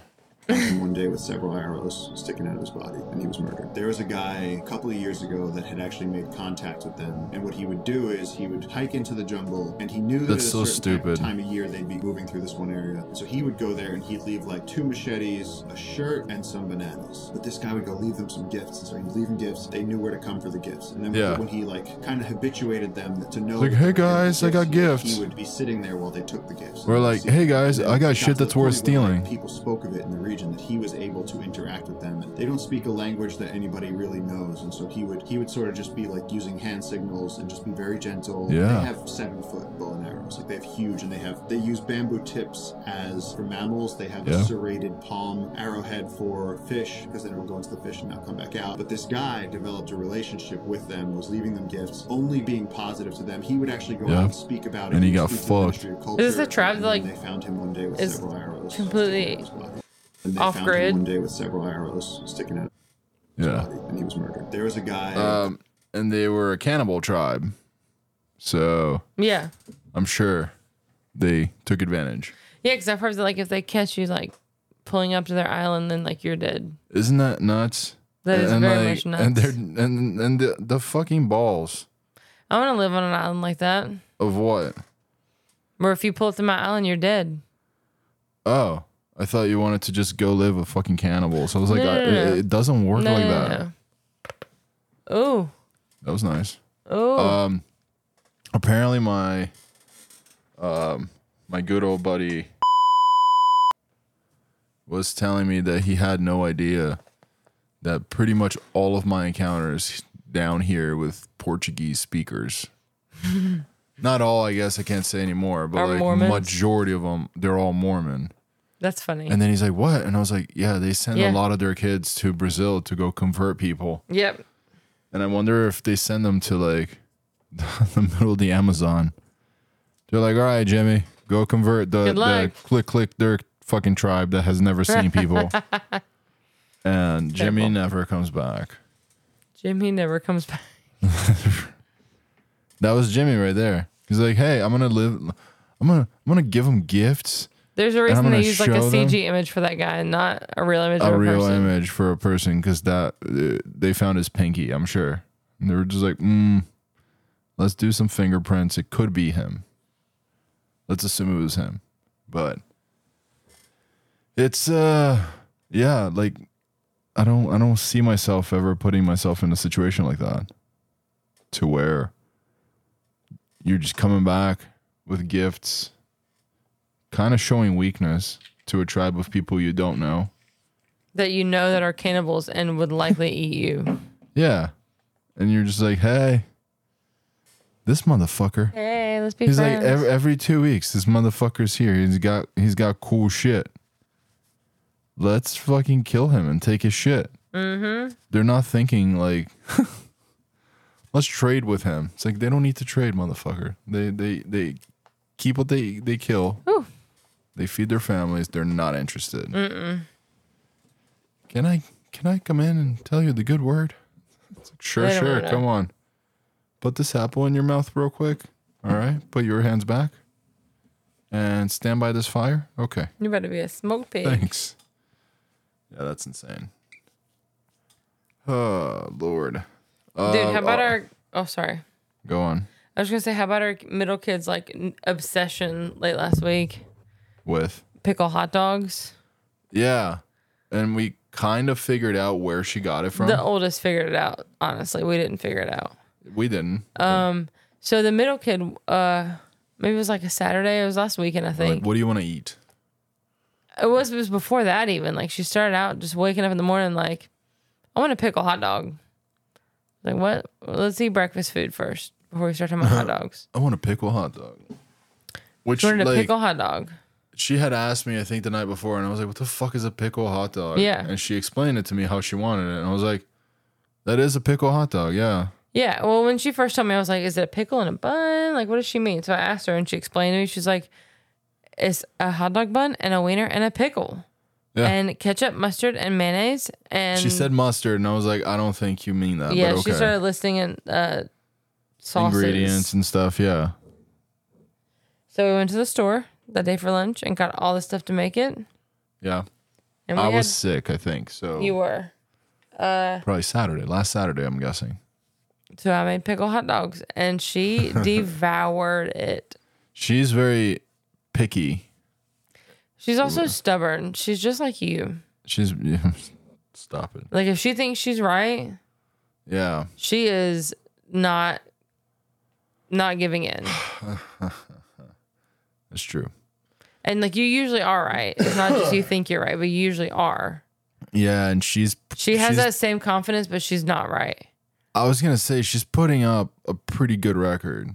one day with several arrows sticking out of his body, and he was murdered. There was a guy a couple of years ago that had actually made contact with them, and what he would do is he would hike into the jungle, and he knew that
That's
at a
so
certain ti-
stupid.
time of year they'd be moving through this one area. So he would go there and he'd leave like two machetes, a shirt, and some bananas. But this guy would go leave them some gifts, and so he'd leave them gifts. They knew where to come for the gifts, and then
Yeah.
when he like kind of habituated them to know,
Like,
that
"Hey,
they were gonna
guys, I
get
got
He
gifts."
would be sitting there while they took the gifts.
We're like, "Hey, guys,
And
I got
it
shit
to the
that's worth
point where, like,
stealing."
people spoke of it in the region that he was able to interact with them and they don't speak a language that anybody really knows and so he would he would sort of just be like using hand signals and just be very gentle
Yeah.
they have seven foot bow and arrows like they have huge and they have they use bamboo tips as for mammals they have
Yeah.
a serrated palm arrowhead for fish because then it'll go into the fish and not come back out but this guy developed a relationship with them was leaving them gifts only being positive to them he would actually go
Yeah.
out and speak about it
And he
He'd
got
speak to the
fucked.
Ministry of
Is this a
Culture,
tribe
and
that, like,
they found him one day with
is
several arrows
completely
sticking out of his body. And they
off
found
grid?
Him one day with several arrows sticking out,
Yeah.
of his body, and he was murdered. There was a guy.
Um, and they were a cannibal tribe, so
Yeah.
I'm sure they took advantage.
Yeah, because I've heard that like if they catch you like pulling up to their island, then like you're dead.
Isn't that nuts?
That is very much
And
nuts.
they're and and the, the fucking balls
I want to live on an island like that,
of what?
where if you pull up to my island, you're dead.
Oh, I thought you wanted to just go live with fucking cannibals. I was like,
No,
I,
no, no, no.
It, it doesn't work
No,
like
no,
that.
no, no.
That was nice.
Oh, oh,
Um, apparently my um my good old buddy was telling me that he had no idea that pretty much all of my encounters down here with Portuguese
<laughs>
speakers. Not all, I guess I can't say anymore, but
Are
like
Mormons?
majority of them, they're all Mormon.
that's funny.
And then he's like, "What?" And I was like, "Yeah, they send
Yeah.
a lot of their kids to Brazil to go convert people."
yep.
And I wonder if they send them to like <laughs> the middle of the Amazon. They're like, all right, Jimmy, go convert the,
Good luck."
the click click their fucking tribe that has never seen
<laughs>
people. and Jimmy
terrible.
never comes back.
Jimmy never comes back.
That was Jimmy right there. He's like, hey, I'm gonna live I'm gonna I'm gonna give them gifts.
There's a
I'm
reason
gonna
they use like a
show them-
CG image for that guy, and not a real image of
a
a
real
person.
image for a person because that uh, they found his pinky, I'm sure. And they were just like, mm, let's do some fingerprints. It could be him. Let's assume it was him, but it's uh, yeah, like I don't I don't see myself ever putting myself in a situation like that to where you're just coming back with gifts, kind of showing weakness to a tribe of people you don't know.
that you know that are cannibals and would likely eat you.
Yeah. And you're just like, hey, this motherfucker.
<laughs> Hey, let's be
He's like
friends.
every, every two weeks, this motherfucker's here. He's got he's got cool shit. Let's fucking kill him and take his shit. Mm-hmm. They're not thinking like, <laughs> let's trade with him. It's like they don't need to trade, motherfucker. They they they keep what they they kill. They feed their families. They're not interested. Can I can I come in and tell you the good word? It's like, sure,
They don't
sure.
wanna.
Come on. Put this apple in your mouth real quick. All right. Put your hands back. And stand by this fire. Okay.
you better be a smoke pig.
Thanks. Yeah, that's insane. Oh Lord.
Dude, how about
uh,
our? Oh, sorry.
Go on.
I was gonna say, how about our middle kids' like n- obsession late last week?
With
Pickle hot dogs.
yeah, and we kind of figured out where she got it from.
The oldest figured it out. Honestly, we didn't figure it out.
we didn't.
So the middle kid, uh, maybe it was like a Saturday. It was last weekend, I
like,
think.
what do you want to eat?
it was it was before that even. Like she started out just waking up in the morning like, I want to pickle hot dog. Like what? Well, let's eat breakfast food first before we start talking about hot
Uh-huh.
dogs.
I want a pickle hot dog. Which
She wanted a
like
pickle hot dog.
she had asked me, I think the night before, and I was like, "What the fuck is a pickle hot dog?"
Yeah.
and she explained it to me how she wanted it, and I was like, "That is a pickle hot dog." Yeah,
Yeah. Well, when she first told me, I was like, "Is it a pickle in a bun? Like, what does she mean?" So I asked her, and she explained to me. She's like, "It's a hot dog bun and a wiener and a pickle,
Yeah.
and ketchup, mustard, and mayonnaise." And
she said mustard, and I was like, "I don't think you mean that."
"Yeah."
but okay.
She started listing in uh, sauces.
ingredients and stuff. Yeah,
So we went to the store that day for lunch and got all the stuff to make it.
yeah.
And we
I
had,
was sick, I think. So
you were.
probably Saturday, last Saturday, I'm guessing.
So I made pickle hot dogs and she
<laughs>
devoured it.
She's very picky.
She's also stubborn. She's just like you.
She's <laughs> stop it.
Like if she thinks she's right,
Yeah,
she is not not giving in.
that's true.
And like you usually are right. It's not
<laughs>
just you think you're right, but you usually are.
Yeah, and she's
She has
she's-
that same confidence, but she's not right.
I was gonna say she's putting up a pretty good record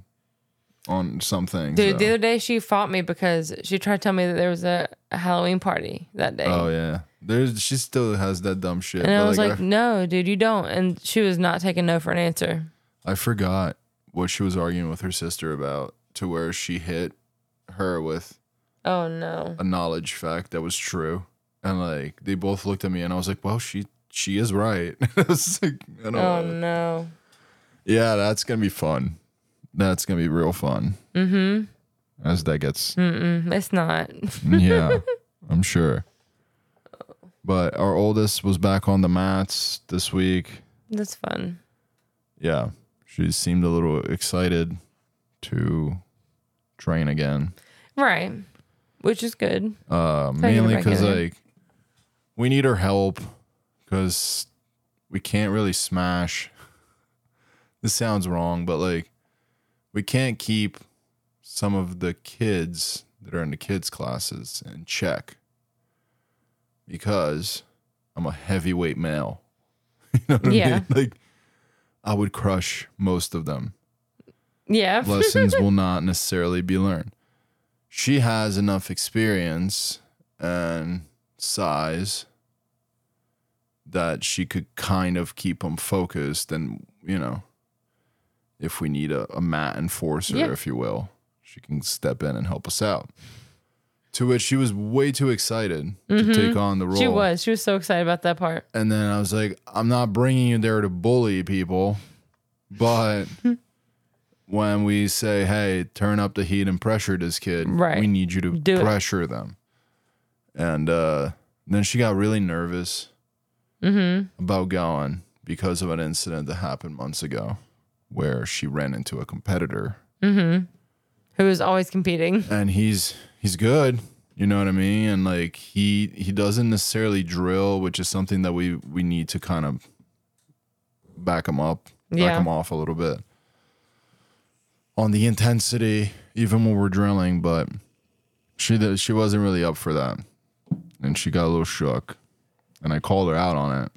on some things.
Dude,
though.
the other day she fought me because she tried to tell me that there was a, a Halloween party that day.
oh yeah, there's she still has that dumb shit.
and I
but,
was like,
I-
no, dude, you don't. And she was not taking no for an answer.
I forgot what she was arguing with her sister about to where she hit her with
Oh no.
a knowledge fact that was true. And like they both looked at me and I was like, Well, she she is right. <laughs> I was like, I don't
Oh
know.
no.
Yeah, that's gonna be fun. That's gonna be real fun. Mm-hmm. As that gets
Mm, It's not.
<laughs>
<laughs>
Yeah, I'm sure. But our oldest was back on the mats this week.
That's fun.
Yeah. She seemed a little excited to train again.
Right. Which is good.
Uh,
I get
mainly
back
because
in there.
like we need her help because we can't really smash. <laughs> This sounds wrong, but like we can't keep some of the kids that are in the kids classes in check because I'm a heavyweight male. <laughs> you know what I
Yeah.
mean? Like I would crush most of them
Yeah. <laughs>
lessons will not necessarily be learned. She has enough experience and size that she could kind of keep them focused and, you know, if we need a, a mat enforcer,
Yeah.
if you will, she can step in and help us out. To which she was way too excited to take on the role.
Mm-hmm. She was. She was so excited about that part.
And then I was like, I'm not bringing you there to bully people,
<laughs>
but when we say, hey, turn up the heat and pressure this kid,
Right.
we need you to
Do it.
pressure them. And uh, then she got really nervous
Mm-hmm.
about going because of an incident that happened months ago where she ran into a competitor
Who was always
<laughs>
competing.
and he's he's good you know what i mean and like he he doesn't necessarily drill which is something that we we need to kind of back him up
Yeah.
back him off a little bit on the intensity even when we're drilling but she did, she wasn't really up for that and she got a little shook and i called her out on it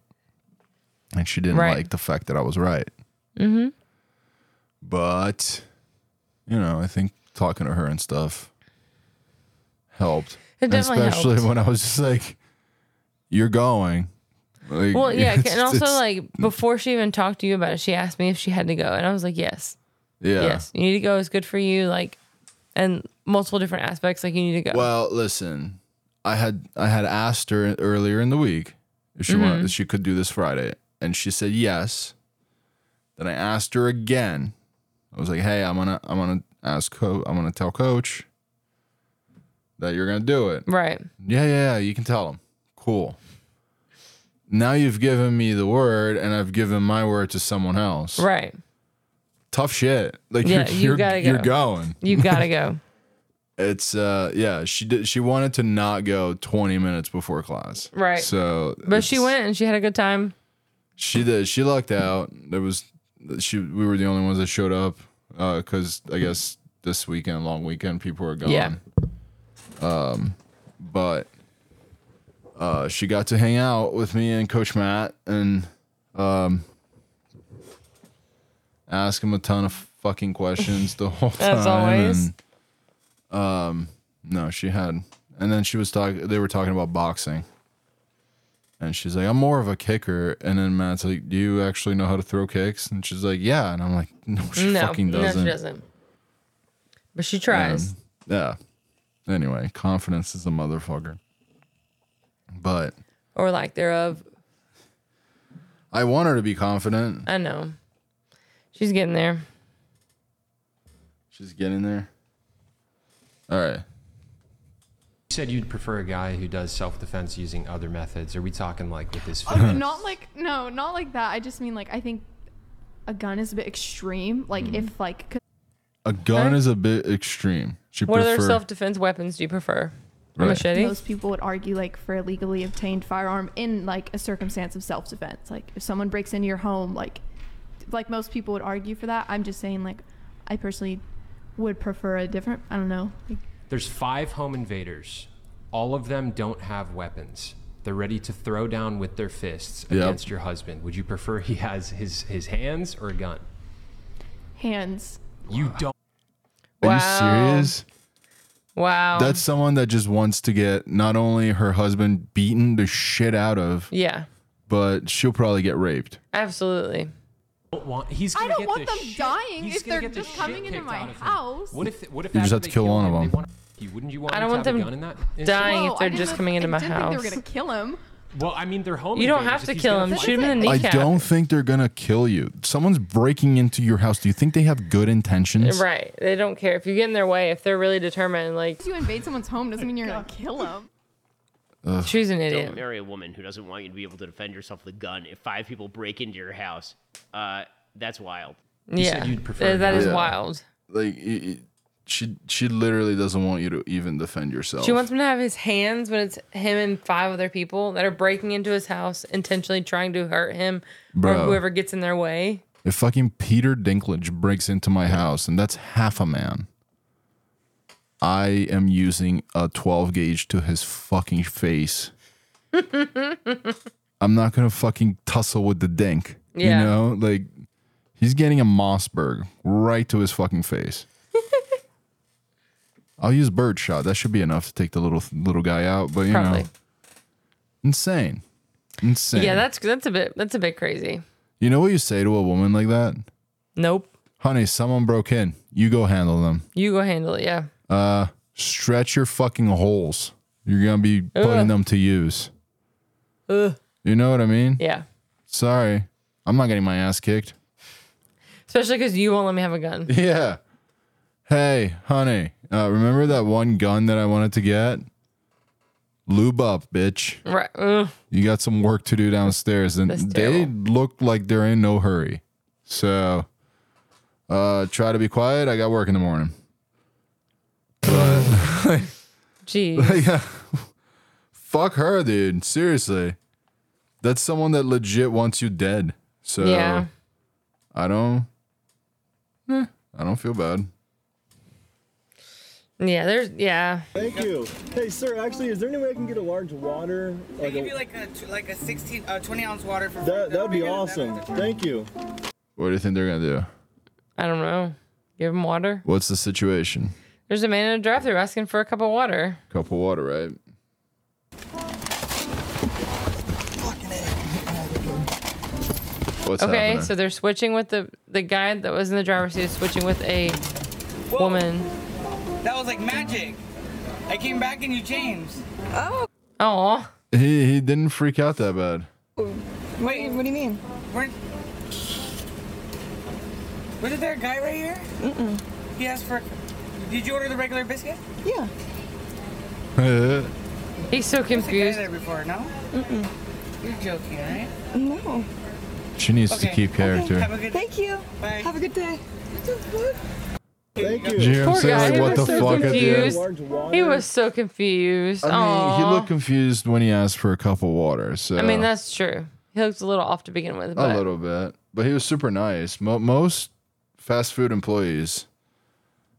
and she didn't
Right.
like the fact that i was right mm-hmm. but you know i think talking to her and stuff helped
It definitely
especially <laughs>
helped.
when i was just like you're going Like,
Well, yeah,
it's-
and also
it's-
like before she even talked to you about it, she asked me if she had to go, and I was like, "Yes,
yeah
yes, you need to go. It's good for you." Like, and multiple different aspects, like you need to go.
Well, listen, I had I had asked her earlier in the week if she
Mm-hmm.
wanted if she could do this Friday, and she said yes. Then I asked her again. I was like, "Hey, I'm gonna I'm gonna ask co- I'm gonna tell coach that you're gonna do it."
right?
Yeah, yeah, yeah, you can tell him. Cool. Now you've given me the word, and I've given my word to someone else.
Right.
Tough shit. Like
Yeah,
you're,
you
you're,
gotta
you're
go.
going
You
<laughs>
gotta go.
it's uh yeah she did she wanted to not go 20 minutes before class
Right.
so
But she
it's-
went and she had a good time.
she did she lucked out there was she we were the only ones that showed up uh because i guess this weekend long weekend people are gone
Yeah.
um but uh she got to hang out with me and coach matt and um ask him a ton of fucking questions the whole time
<laughs> As always.
and, um no she had and then she was talking they were talking about boxing and she's like, I'm more of a kicker. And then Matt's like, Do you actually know how to throw kicks? And she's like, Yeah. And I'm like, <laughs> No, she
No,
fucking
no,
doesn't.
she doesn't. But she tries.
Yeah. Anyway, confidence is a motherfucker. But
or like thereof.
I want her to be confident.
I know. She's getting there.
She's getting there. All right.
said you'd prefer a guy who does self-defense using other methods. Are we talking like with <laughs> his
Oh,
fists?
not like no, not like that. I just mean like I think a gun is a bit extreme. Like if like 'cause
A gun is a bit extreme. She
What other
prefer-
self defense weapons do you prefer? A
Right.
machete?
most people would argue like for a legally obtained firearm in like a circumstance of self-defense. Like if someone breaks into your home, like like most people would argue for that. I'm just saying like I personally would prefer a different. I don't know. Like,
There's five home invaders. All of them don't have weapons. They're ready to throw down with their fists
Yep.
against your husband. Would you prefer he has his his hands or a gun?
hands.
You don't.
Are you
Wow.
serious?
Wow.
That's someone that just wants to get not only her husband beaten the shit out of,
Yeah.
but she'll probably get raped.
Absolutely.
Don't want, he's
I
gonna
don't
get
want
the
them
shit-
dying
he's
if
gonna
they're
get the
just
shit
coming into
kicked
my
out of him.
house.
What if what if
You just
after
have to
they
kill one
him,
of
they
them.
wanna f- You wouldn't you want?
I
him
don't
to
want
have a
them
gun in that
dying
instance?
if they're just coming into my
I
house.
think they were gonna kill him.
Well, I mean, they're home.
You don't
invaders.
have
If
to
he's
kill
gonna
him.
fight
Shoot him
them-
in the
I
kneecap.
don't think they're gonna kill you. Someone's breaking into your house. Do you think they have good intentions?
Right. They don't care. If you get in their way, if they're really determined, like,
If you invade someone's home doesn't mean you're gonna kill him.
she's an
Don't
idiot.
marry a woman who doesn't want you to be able to defend yourself with a gun if five people break into your house. Uh, that's wild.
You said
Yeah.
you'd prefer
Uh, that is
not.
wild.
Like it, it- she she literally doesn't want you to even defend yourself.
She wants him to have his hands when it's him and five other people that are breaking into his house, intentionally trying to hurt him or
Bro.
whoever gets in their way.
if fucking Peter Dinklage breaks into my house and that's half a man, I am using a 12 gauge to his fucking
<laughs>
face. I'm not gonna fucking tussle with the dink.
Yeah.
You know, like he's getting a Mossberg right to his fucking
<laughs>
face. I'll use birdshot. That should be enough to take the little little guy out. But you
Probably.
know, insane, insane.
Yeah, that's that's a bit that's a bit crazy.
you know what you say to a woman like that?
Nope.
Honey, someone broke in. You go handle them.
You go handle it. Yeah.
Uh, stretch your fucking holes. You're gonna be putting
Ugh.
them to use.
Ugh.
You know what I mean?
Yeah.
Sorry, I'm not getting my ass kicked. <laughs>
Especially because you won't let me have a gun.
Yeah. Hey, honey, uh, remember that one gun that I wanted to get? Lube up, bitch.
Right. Ugh.
You got some work to do downstairs, and
That's
they look like they're in no hurry. So, uh, try to be quiet. I got work in the morning. But <laughs>
Jeez.
Like, yeah. Fuck her, dude. Seriously. That's someone that legit wants you dead. So
Yeah.
I don't eh, I don't feel bad.
Yeah. There's. Yeah.
Thank you. Hey, sir. Actually, is there any way I can get a large water?
They give you like a like a 16, uh, 20 ounce water for
that. That would be awesome. Thank you.
What do you think they're gonna do?
I don't know. Give him water.
What's the situation?
There's a man in a drive-thru asking for a cup of water.
Cup of water, right? What's
okay,
happening?
so they're switching with the the guy that was in the driver's seat is switching with a woman.
That was like magic. I came back and you changed. Oh.
Oh.
he he didn't freak out that bad.
Wait, what do you mean? Weren't. Wasn't there a guy right here? Mm-mm. He asked for. Did you order the regular biscuit? Yeah.
He's so
There's
confused.
a guy there before, no? Mm-mm. You're joking, right? No.
<laughs> she needs to keep character.
Have a good Thank you. Bye. Have a good day.
Thank you.
Did you hear him
Poor
say
guy.
like
He
what
was
the
<laughs> so
fuck at the end?
confused. He was so confused.
I mean, he looked confused when he asked for a cup of water. So
I mean, that's true. He looked a little off to begin with, but
a little bit, but he was super nice. Mo- most fast food employees,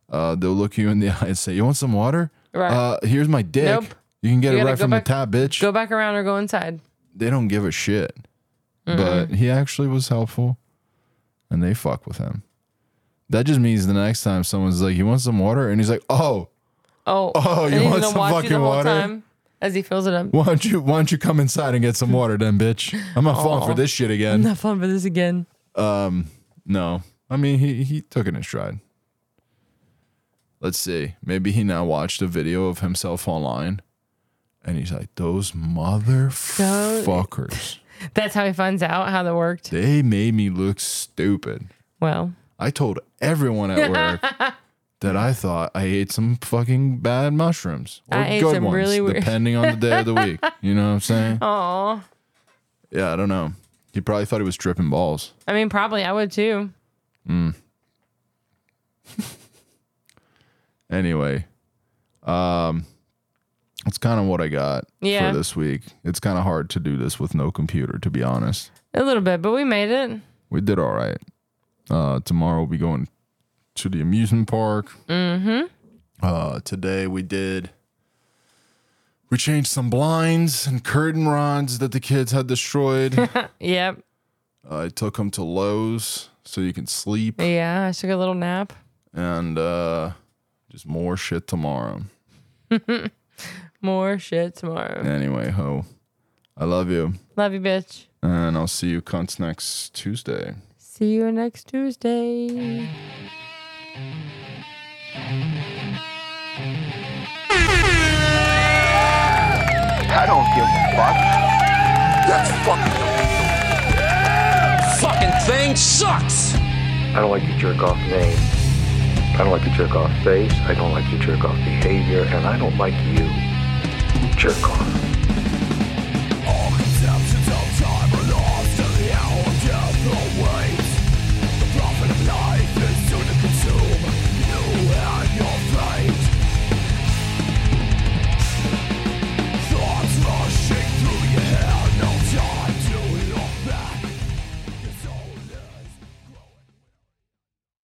uh, they'll look you in the <laughs> eye and say, "You want some water?
Right.
Uh, here's my dick.
Nope.
You can get
You
it
gotta
right
go
from
back-
the tab, bitch."
go back around or go inside.
They don't give a shit.
Mm-hmm.
But he actually was helpful, and they fuck with him. That just means the next time someone's like, "You want some water?" and he's like, "Oh,
Oh,
Oh, you
and he's
want
gonna
some
watch you
fucking
the whole
water?
time as he fills it up.
why don't you why don't you come inside and get some water, then, bitch? I'm not falling
Aw.
for this shit again."
I'm not falling for this again.
Um, no. I mean, he he took it in stride. Let's see. Maybe he now watched a video of himself online, and he's like, "Those
<laughs>
motherfuckers!
That's how he finds out how that worked.
They made me look stupid.
Well, <laughs>
I told everyone at work that I thought I ate some fucking bad mushrooms or
I ate
good
some
ones,
really weird-
depending on the day of the week. You know what I'm saying?
<laughs> Aw.
Yeah, I don't know. He probably thought he was tripping balls.
I mean, probably I would too.
Mm. anyway, um, it's kind of what I got
Yeah.
for this week. It's kind of hard to do this with no computer, to be honest.
A little bit, but we made it.
We did all right. Uh, tomorrow we'll be going to the amusement park.
Mm-hmm.
Uh, today we did. We changed some blinds and curtain rods that the kids had destroyed.
<laughs>
uh,
Yep.
I took them to Lowe's so you can sleep,
Yeah, I took a little nap.
and uh, just more shit tomorrow.
More shit tomorrow.
Anyway, ho, I love you,
Love you, bitch.
and I'll see you cunts next Tuesday.
See you next Tuesday.
I don't give a fuck. That's fucking.
Fucking thing sucks!
I don't like the jerk off name. I don't like the jerk off face. I don't like the jerk off behavior. And I don't like you. Jerk off.